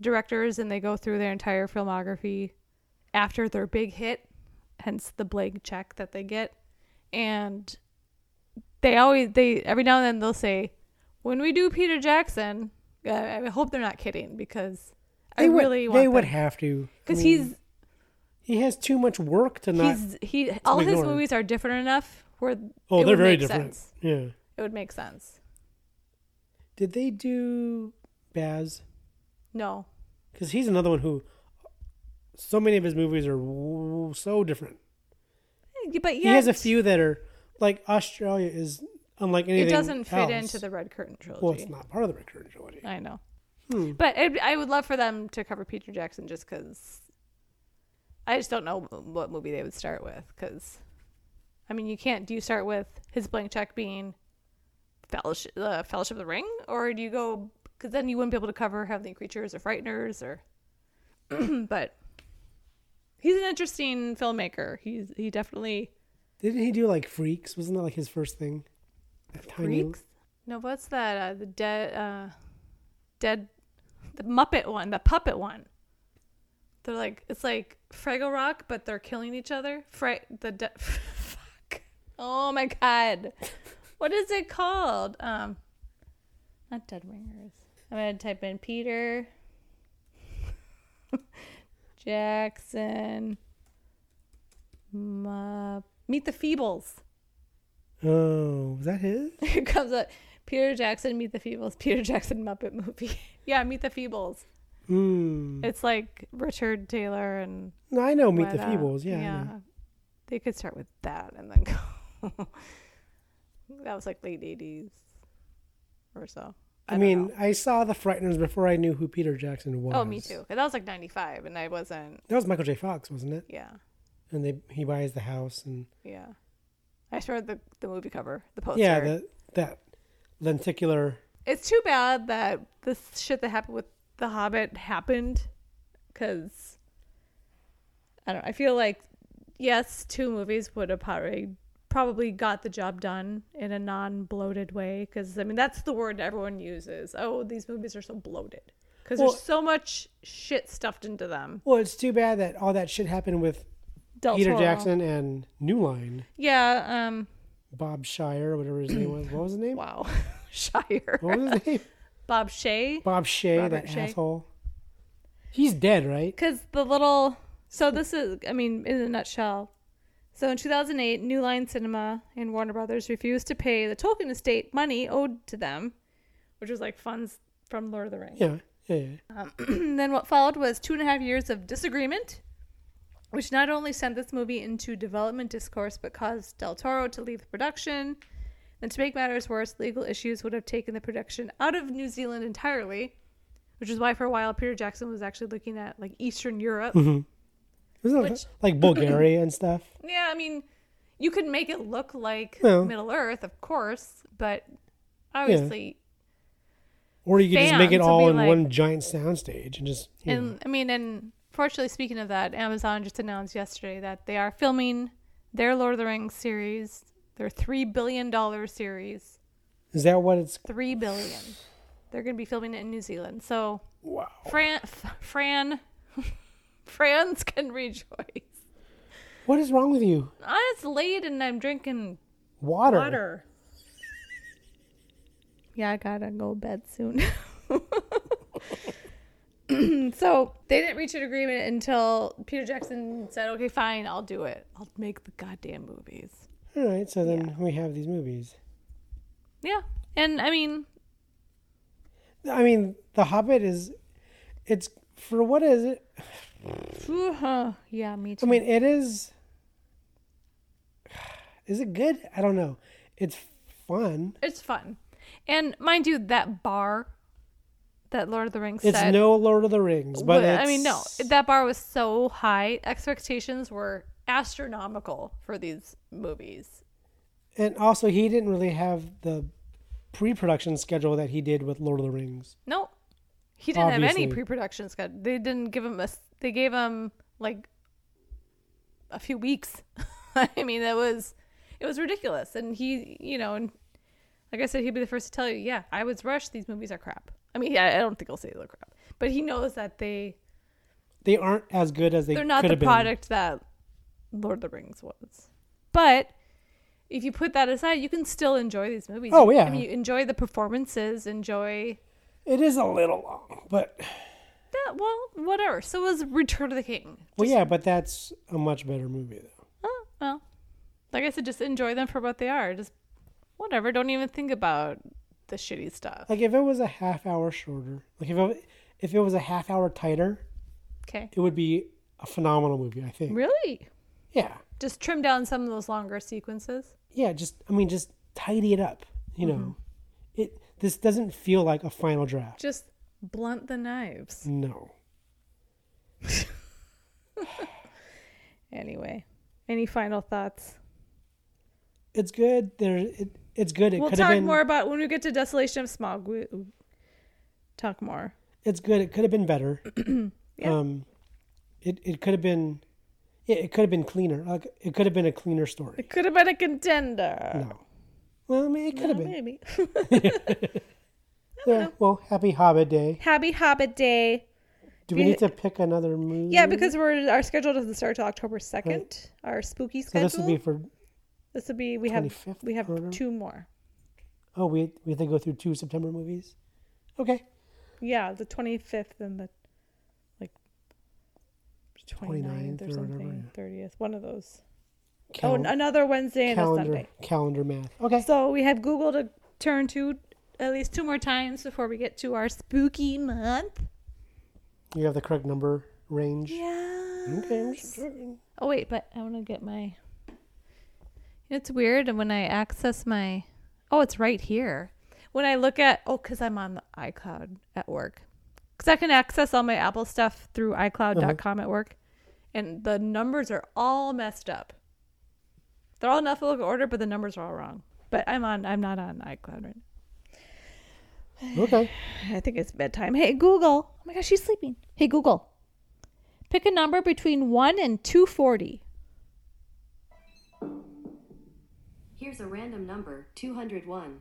directors and they go through their entire filmography after their big hit, hence the blank check that they get, and they always they every now and then they'll say, when we do Peter Jackson, uh, I hope they're not kidding because I
They would-
really want
they would
them-
have to I
'Cause
mean,
he's-
he has too much work to not.
he's he all his
ignored.
movies are different enough where
Oh,
it
they're
would
very
make
different.
sense.
Yeah.
it would make sense
Did they do Baz?
no
Because he's another one who so many of his movies are w- so different.
Eh, but
he has a
yet,
few that are like Australia is unlike
it
anything.
doesn't fit
else.
into the red curtain trilogy
Well, it's not part of the Red Curtain trilogy.
i know
Hmm.
but it, i would love for them to cover peter jackson just because i just don't know what movie they would start with because i mean you can't do you start with his blank check being fellowship, uh, fellowship of the ring or do you go because then you wouldn't be able to cover heavenly creatures or frighteners or but he's an interesting filmmaker he's he definitely
Didn't he do like Freaks? Wasn't that like his first thing? That tiny-
Freaks? No, what's that? Uh, the dead, uh, dead, the Muppet one, the puppet one. They're like it's like Fraggle Rock, but they're killing each other. Fra- the de- fuck. Oh my god, what is it called? Um, not Dead Ringers. I'm gonna type in Peter Jackson. Mupp- Meet the Feebles.
Oh, was that his?
Here comes up Peter Jackson Meet the Feebles, Peter Jackson Muppet movie. yeah, Meet the Feebles.
Hmm.
It's like Richard Taylor and
No, I know Meet the
Weta.
Feebles. Yeah, I know.
They could start with that and then go. that was like late 80s or so.
I, mean, I saw the Frighteners before I knew who Peter Jackson was.
Oh, me too. 'Cause That was like 95 and I wasn't.
That was Michael J. Fox, wasn't it?
Yeah.
And they he buys the house and
Yeah. I just remember the, the movie cover, the poster.
yeah, that that lenticular.
it's too bad that this shit that happened with the hobbit happened because i don't i feel like yes two movies would have probably probably got the job done in a non-bloated way because i mean that's the word everyone uses oh these movies are so bloated because
Well-
there's so much shit stuffed into them
Well, it's too bad that all that shit happened with
Del
Peter
Toro.
Jackson and New Line.
yeah um
Bob Shire, whatever his name was. What was his name?
wow shire
What was his name?
bob shay
Bob Shea,
Robert
that
Shea.
asshole. He's dead, right?
Because the little. So this is, I mean, in a nutshell. So in 2008, New Line Cinema and Warner Brothers refused to pay the Tolkien estate money owed to them, which was like funds from Lord of the Rings.
Yeah, yeah, yeah.
And then what followed was two and a half years of disagreement, which not only sent this movie into development discourse but caused Del Toro to leave the production. And to make matters worse, legal issues would have taken the production out of New Zealand entirely, which is why for a while Peter Jackson was actually looking at like Eastern Europe.
Isn't it like Bulgaria and stuff?
Yeah, I mean, you could make it look like
Well.
Middle Earth, of course, but obviously,
Or you could just make
Fans
it
would
all
be
in
like-
one giant soundstage and just. you know.
and I mean, and fortunately, speaking of that, Amazon just announced yesterday that they are filming their Lord of the Rings series, their three billion dollar series,
is that what it's?
three billion. They're going to be filming it in New Zealand, so
Wow.
Fran, F- Fran, Franz can rejoice.
What is wrong with you?
Ah, It's late, and I'm drinking
Water.
Water. yeah, I gotta go to bed soon. so they didn't reach an agreement until Peter Jackson said, "Okay, fine, I'll do it. I'll make the goddamn movies."
All right, so then we have these movies.
Yeah, and I mean,
I mean, The Hobbit is it's for what is it?
Ooh, huh. Yeah, me
I
too.
mean, it is. Is it good? I don't know. It's fun.
It's fun. And mind you, that bar that Lord of the Rings
It's
said.
no Lord of the Rings, but
Well, I mean, no,
it's-
that bar was so high. Expectations were astronomical for these movies.
And also, he didn't really have the pre-production schedule that he did with Lord of the Rings.
No, he didn't have any
Obviously.
pre-production schedule. They didn't give him a. s- They gave him like a few weeks. I mean, that was it was ridiculous. And he, you know, and like I said, he'd be the first to tell you, yeah, I was rushed. These movies are crap. I mean, yeah, I don't think he'll say they're crap, but he knows that they
They aren't as good as they
they're not
could
the
have been.
product that Lord of the Rings was. But if you put that aside, you can still enjoy these movies.
Oh,
You-
yeah.
I mean, you enjoy the performances, enjoy
It is a little long, but
that. Well, whatever. So was Return of the King.
well, yeah, but that's a much better movie though.
Oh, well, like I said, just enjoy them for what they are. Just whatever. Don't even think about the shitty stuff.
Like if it was a half hour shorter, like if it, if it was a half hour tighter,
Okay.
it would be a phenomenal movie. I think.
Really?
Yeah,
Just trim down some of those longer sequences.
yeah. Just I mean, just tidy it up. You know,
Mm-hmm.
it. This doesn't feel like a final draft.
Just blunt the knives.
No.
Anyway, any final thoughts?
It's good. There, it, it's good. It
we'll
could
talk
have been
more about when we get to Desolation of Smog. We, talk more.
It's good. It could have been better. Um, it it could have been, it, it could have been cleaner. Like it could have been a cleaner story.
It could have been a contender.
No. Well, I mean, it could have
Well,
been.
maybe.
Yeah, well, happy Hobbit Day.
Happy Hobbit Day.
Do we
Yeah.
need to pick another movie?
Yeah, because we're our schedule doesn't start till October second. Our spooky
so
schedule.
this would be for.
This would be we have
25th
we have
or-
two more.
Oh, we we have to go through two September movies. Okay,
Yeah, the twenty fifth and the like 29th,
29th or
or
whatever,
something,
yeah.
thirtieth. One of those. oh,
Cal-
and another Wednesday and a
calendar
Sunday.
calendar math. Oh, Okay,
So we have Google to
Turn to at least two more times before we get to our spooky month.
you have the correct number range.
Yeah.
Okay, I'm just checking.
Oh wait, but I want to get my. It's weird when I access my. Oh, it's right here. When I look at oh, because I'm on the iCloud at work, because I can access all my Apple stuff through iCloud.com at work, and the numbers are all messed up. They're all in alphabetical order, but the numbers are all wrong. But I'm on. I'm not on iCloud right now.
okay.
I think it's bedtime. Hey Google. Oh my gosh, she's sleeping. Hey Google.
Pick a number between one and two forty.
Here's a random number 201.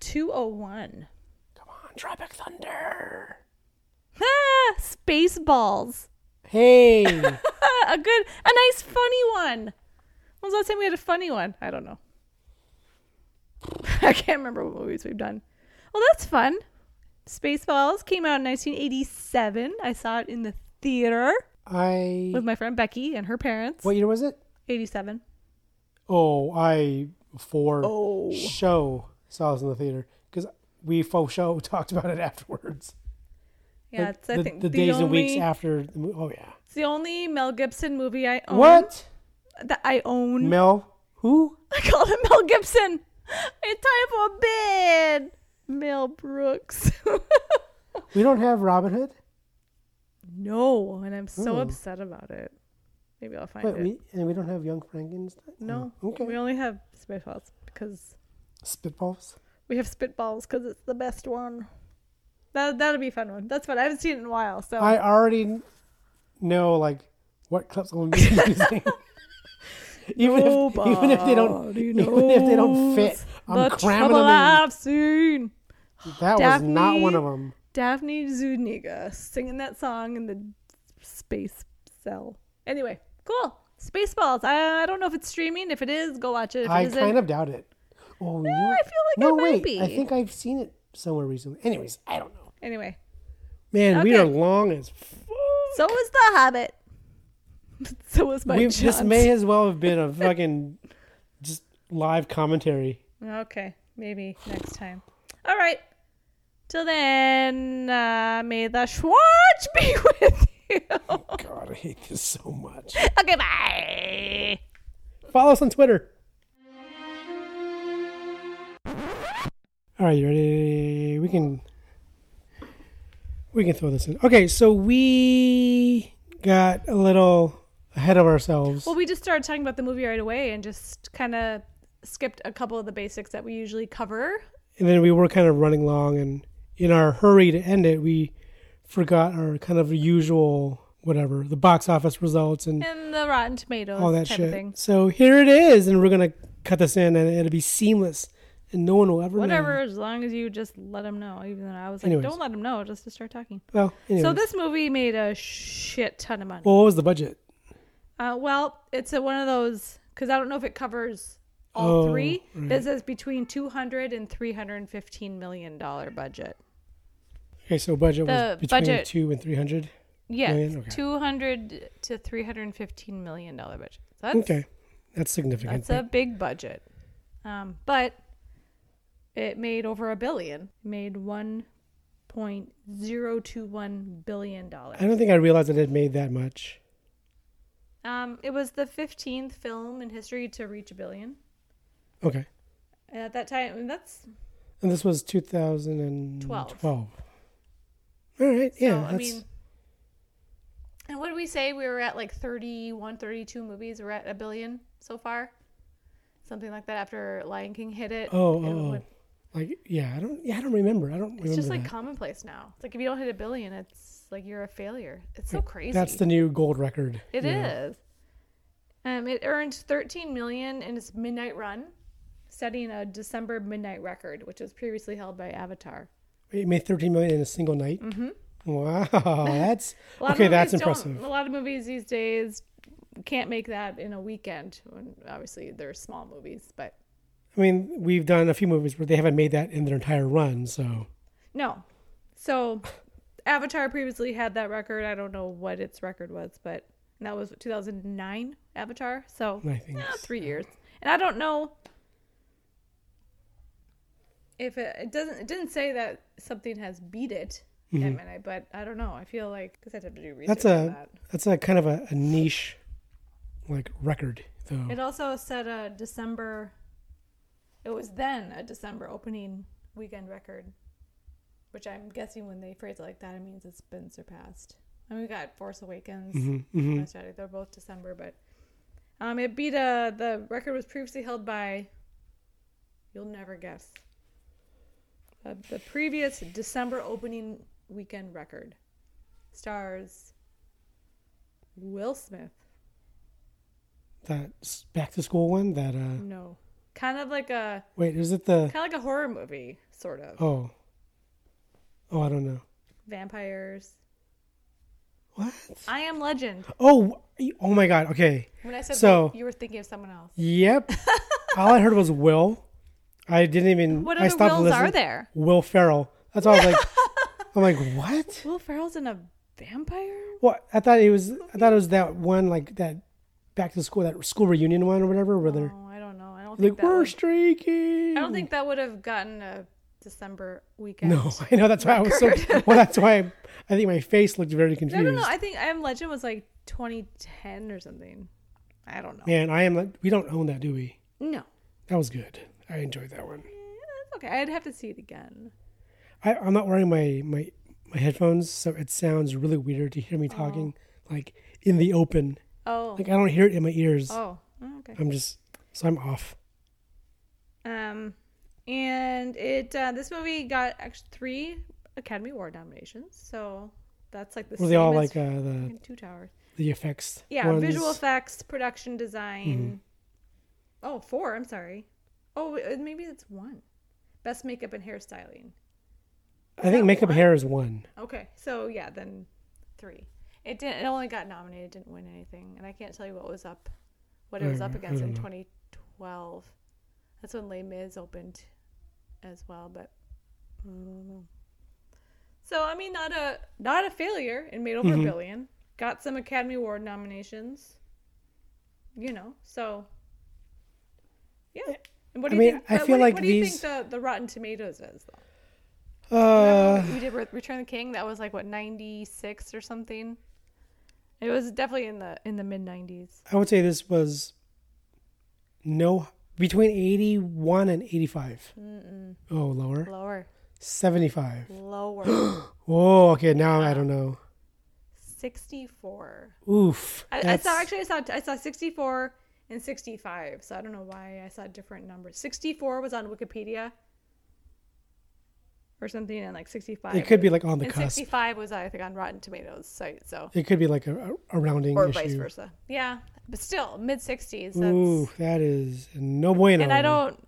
Two oh one.
Come on, Tropic Thunder.
Ah, space balls.
Hey.
Ah, a good, a nice, funny one. When was the last time we had a funny one? I don't know. I can't remember what movies we've done. Well, that's fun. Spaceballs came out in 1987. I saw it in the theater
I.
with my friend Becky and her parents.
What year was it?
87.
Oh, I for
Oh.
show saw this in the theater because we for show talked about it afterwards.
Yeah,
Like,
it's I
the,
think
the,
the
days
only,
and weeks after. The, mo- oh yeah.
It's the only Mel Gibson movie I own.
What
That I own.
Mel? Who?
I called him Mel Gibson. It's time for bed. Mel Brooks.
We don't have Robin Hood.
No, and I'm so
Oh.
upset about it. Maybe I'll find
Wait,
it.
we and we don't have Young Frankenstein.
no,
Oh, okay.
we only have spitballs because
Spitballs.
we have spitballs because it's the best one. That that'll be a fun one. That's fun. I haven't seen it in a while, so
I already know like what clips I'm gonna be using. Even if, even if they don't, even if they don't fit, I'm
the
cramming
trouble
them.
I've seen.
In. That was not
Daphne.
one of them.
Daphne Zuniga singing that song in the space cell. Anyway, cool. Spaceballs. I, I don't know if it's streaming. If it is, go watch it. If
I
it isn't,
kind of doubt it. Oh, no,
I feel like
no,
it might
wait.
be.
I think I've seen it somewhere recently. Anyways, I don't know.
Anyway,
Man, we
Okay.
are long as. F-
so was the Hobbit. so was my.
we, this
John
may as well have been a fucking just live commentary.
Okay, maybe next time. All right. Till then, uh, may the Schwartz be with you.
God, I hate this so much.
Okay, bye.
Follow us on Twitter. All right, you ready? We can we can throw this in. Okay, so we got a little ahead of ourselves.
Well, we just started talking about the movie right away and just kind of skipped a couple of the basics that we usually cover.
and then we were kind of running long and in our hurry to end it we forgot our kind of usual whatever the box office results and
And the Rotten Tomatoes
all that
type
shit
of thing.
so here it is and we're gonna cut this in and it'll be seamless and no one will ever know.
Whatever, as long as you just let them know. Even though I was like,
Anyways.
don't let them know, just to start talking.
Well,
so
anyways.
this movie made a shit ton of money.
well what was the budget
Uh, well, it's a, one of those because I don't know if it covers all
Oh,
three.
right.
This is between 200 and 315 million dollar budget.
okay so budget
The
was between
budget-
two and three hundred
Yeah,
million? okay.
200 to 315 million dollar budget. So that's
okay that's significant
that's a big budget, um, but it made over a billion. It made one point zero two one billion dollars.
i don't think i realized it had made that much
Um, it was the 15th film in history to reach a billion.
okay
And at that time, and that's
and this was 2012 all right yeah
So,
that's,
I mean, and what did we say? We were at like 31, 32 movies. We're at a billion so far. Something like that after Lion King hit it.
Oh,
It
oh, oh.
went-
like yeah, I don't, yeah, I don't remember. I don't remember.
It's just like
that.
commonplace now. It's like if you don't hit a billion, it's like you're a failure. It's so crazy.
That's the new gold record.
It
you
is.
know.
Um, it earned 13 million in its midnight run, setting a December midnight record, which was previously held by Avatar.
It made thirteen million in a single night.
Mhm.
Wow, that's
A lot of
okay.
movies
That's
don't-
impressive.
A lot of movies these days can't make that in a weekend. When obviously, they're small movies, but
I mean, we've done a few movies where they haven't made that in their entire run. So
no. So, Avatar previously had that record. I don't know what its record was, but and that was 2009 Avatar. So,
I think
eh, three years. And I don't know if it, it doesn't. It didn't say that something has beat it. at
Mhm.
midnight, but I don't know. I feel like because I'd have to do research.
that's
on
a
that.
that's a kind of a, a niche like record though.
It also set a December. It was then a December opening weekend record, which I'm guessing when they phrase it like that, it means it's been surpassed. And we got Force Awakens,
Mhm, mhm.
Last Jedi, They're both December, but um, it beat a. The record was previously held by. You'll never guess. Uh, the previous December opening weekend record stars Will Smith.
That s- back to school one. That uh,
No. Kind of like a
wait, is it the?
kind of like a horror movie, sort of.
Oh, oh, I don't know.
Vampires.
What?
I am legend.
Oh, y- oh my God. Okay.
When I said
so,
Will, you were thinking of someone else.
Yep. all I heard was Will. I didn't even.
What
I
other
stopped
Wills are
listening.
there?
Will Ferrell. That's all I was like. I'm like, what?
Will Ferrell's in a vampire?
Well, I thought it was. I thought it was that one, like that back to school, that school reunion one or whatever, where they're
Oh, I don't know. I don't think
like,
that
we're
would, I
streaking.
don't think that would have gotten a December weekend.
No, I know that's why I was so.
record.
Well, that's why I, I think my face looked very confused.
no, no, no. I think I am legend was like 2010 or something. I don't know.
Man, I am like, we don't own that, do we?
No.
That was good. I enjoyed that one.
That's okay. I'd have to see it again.
I, I'm not wearing my, my my headphones, so it sounds really weird to hear me talking like in the open.
Oh.
Like I Um, don't hear it in my ears.
Oh, oh, okay.
I'm just so I'm off.
Um, and it uh, this movie got actually three Academy Award nominations, so that's like the
Were
same
they all
as
like uh, the
fucking Two Towers.
the effects?
Yeah,
ones?
visual effects, production design. Oh, four. I'm sorry. Oh, wait, uh, maybe it's one. Best makeup and hairstyling.
I think makeup hair is one.
Okay, so yeah, then three. It didn't. It only got nominated. Didn't win anything, and I can't tell you what was up, what it was up
Mm, I
against in
don't know.
2012. That's when Les Mis opened, as well. But I don't know. So I mean, not a not a failure. It made over
Mhm.
a billion. Got some Academy Award nominations. You know, so yeah. And what do
I
you
mean,
think?
I
uh,
feel
what, do-
like
what do you
these-
think the, the Rotten Tomatoes is? Though?
Uh,
we did Re- Return of the King. That was like what ninety six or something. It was definitely in the in the mid nineties.
I would say this was no between 81 and 85.
Mm-mm.
Oh, lower.
Lower.
75.
Lower.
oh, okay. Now I don't know.
Sixty four.
Oof.
I, I
that's-
saw actually I saw I saw sixty four and sixty five. So I don't know why I saw different numbers. Sixty four was on Wikipedia. Or something, and like sixty-five.
It could be, like, on the
and
cusp.
Sixty-five was, I think, on Rotten Tomatoes site. So
it could be like a, a rounding
or
issue.
vice versa. Yeah, but still mid sixties.
Ooh, that is no bueno.
and I don't.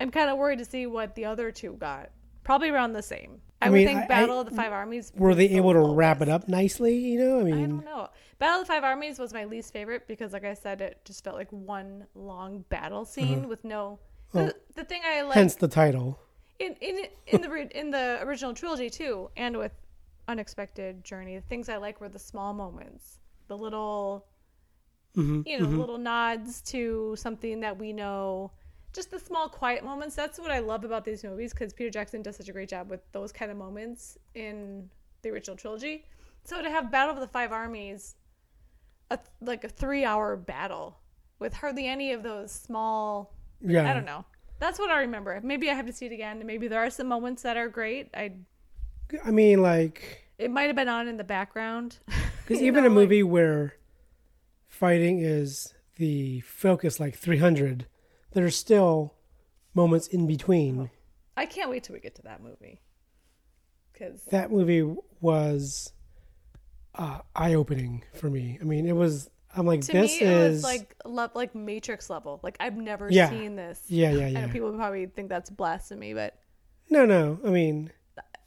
I'm kind of worried to see what the other two got. Probably around the same. I,
I
would
mean,
think
I-
Battle
I-
of the Five Armies.
Were they able to wrap it up nicely? You know, I mean,
I don't know. Battle of the Five Armies was my least favorite because, like I said, it just felt like one long battle scene
Uh-huh.
with no.
Oh.
The, the thing I like
hence the title.
in in in the re- in the original trilogy too, and with unexpected journey, the things I like were the small moments, the little,
Mhm,
you know,
mhm.
little nods to something that we know, just the small quiet moments. That's what I love about these movies because Peter Jackson does such a great job with those kind of moments in the original trilogy. So to have Battle of the Five Armies, a, like a three-hour battle with hardly any of those small, I
Yeah.
don't know. That's what I remember. Maybe I have to see it again. and Maybe there are some moments that are great. I
I mean, like,
it might have been on in the background.
because even a movie where fighting is the focus, like 300, there's still moments in
Uh-huh.
between.
I can't wait till we get to that movie. Cuz
That movie was uh, eye opening for me. I mean, it was, I'm like,
to
this
me it
is.
was like lo- like Matrix level. Like I've never
Yeah.
seen this.
Yeah, yeah,
I know
yeah.
people probably think that's blasphemy, but
no, no. I mean,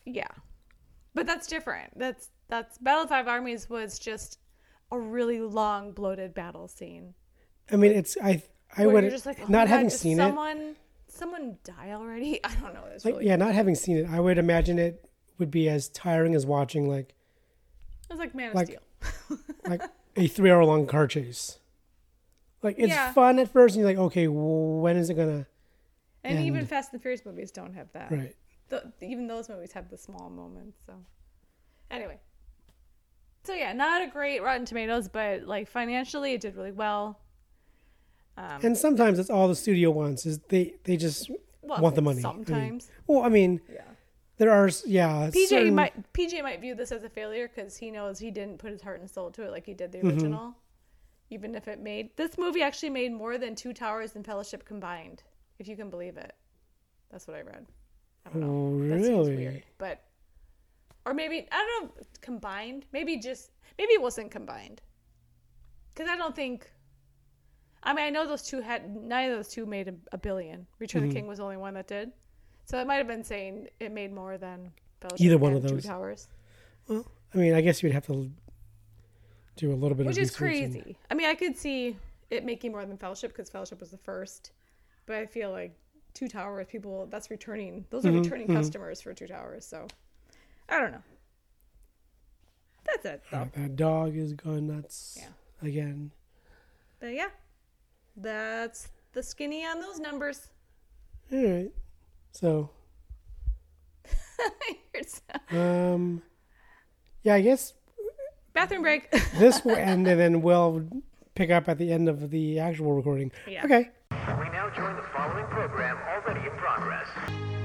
yeah. But that's different. That's that's Battle of Five Armies was just a really long bloated battle scene.
I mean, it's, I, I
where
would,
you're just like, oh my
not
God,
having
did
seen it.
someone, Oh, Someone die already? I don't know. It's
Like,
really
yeah, not having seen it, I would imagine it would be as tiring as watching, like,
It was like Man of
like-
Steel.
like a three hour long car chase. Like it's
Yeah.
fun at first, and you're like, okay, w- when is it gonna?
And, even
end?
Fast and Furious movies don't have that.
Right.
Th even those movies have the small moments. So, anyway. So yeah, not a great Rotten Tomatoes, but like financially, it did really well. Um,
and sometimes that's all the studio wants is they they just
Well,
want the money. Mm-hmm. I mean-
sometimes.
well, I mean, there are s- yeah.
PJ
certain-
might PJ might view this as a failure because he knows he didn't put his heart and soul to it like he did the
Mhm.
original. Even if it made this movie actually made more than Two Towers and Fellowship combined, if you can believe it. That's what I read.
Oh,
seems
really?
but or maybe I don't know if combined. Maybe just maybe it wasn't combined because I don't think. I mean, I know those two had neither of those two made a, a billion. Return of
Mhm.
the King was the only one that did, so it might have been saying it made more than Fellowship
Either one
and
of
Two
those.
Towers,
Well, I mean, I guess you'd have to l- do a little bit
which
of
is
research and-
crazy. I mean, I could see it making more than Fellowship because Fellowship was the first, but I feel like Two Towers people that's returning. Those are
Mhm,
returning
mhm.
customers for Two Towers, so I don't know. That's it.
Oh, that dog is going nuts again.
But yeah, that's the skinny on those numbers.
All right, so um, yeah, I guess
Bathroom break.
this will end, and then we'll pick up at the end of the actual recording.
Yeah.
Okay.
We now join the following program already in progress.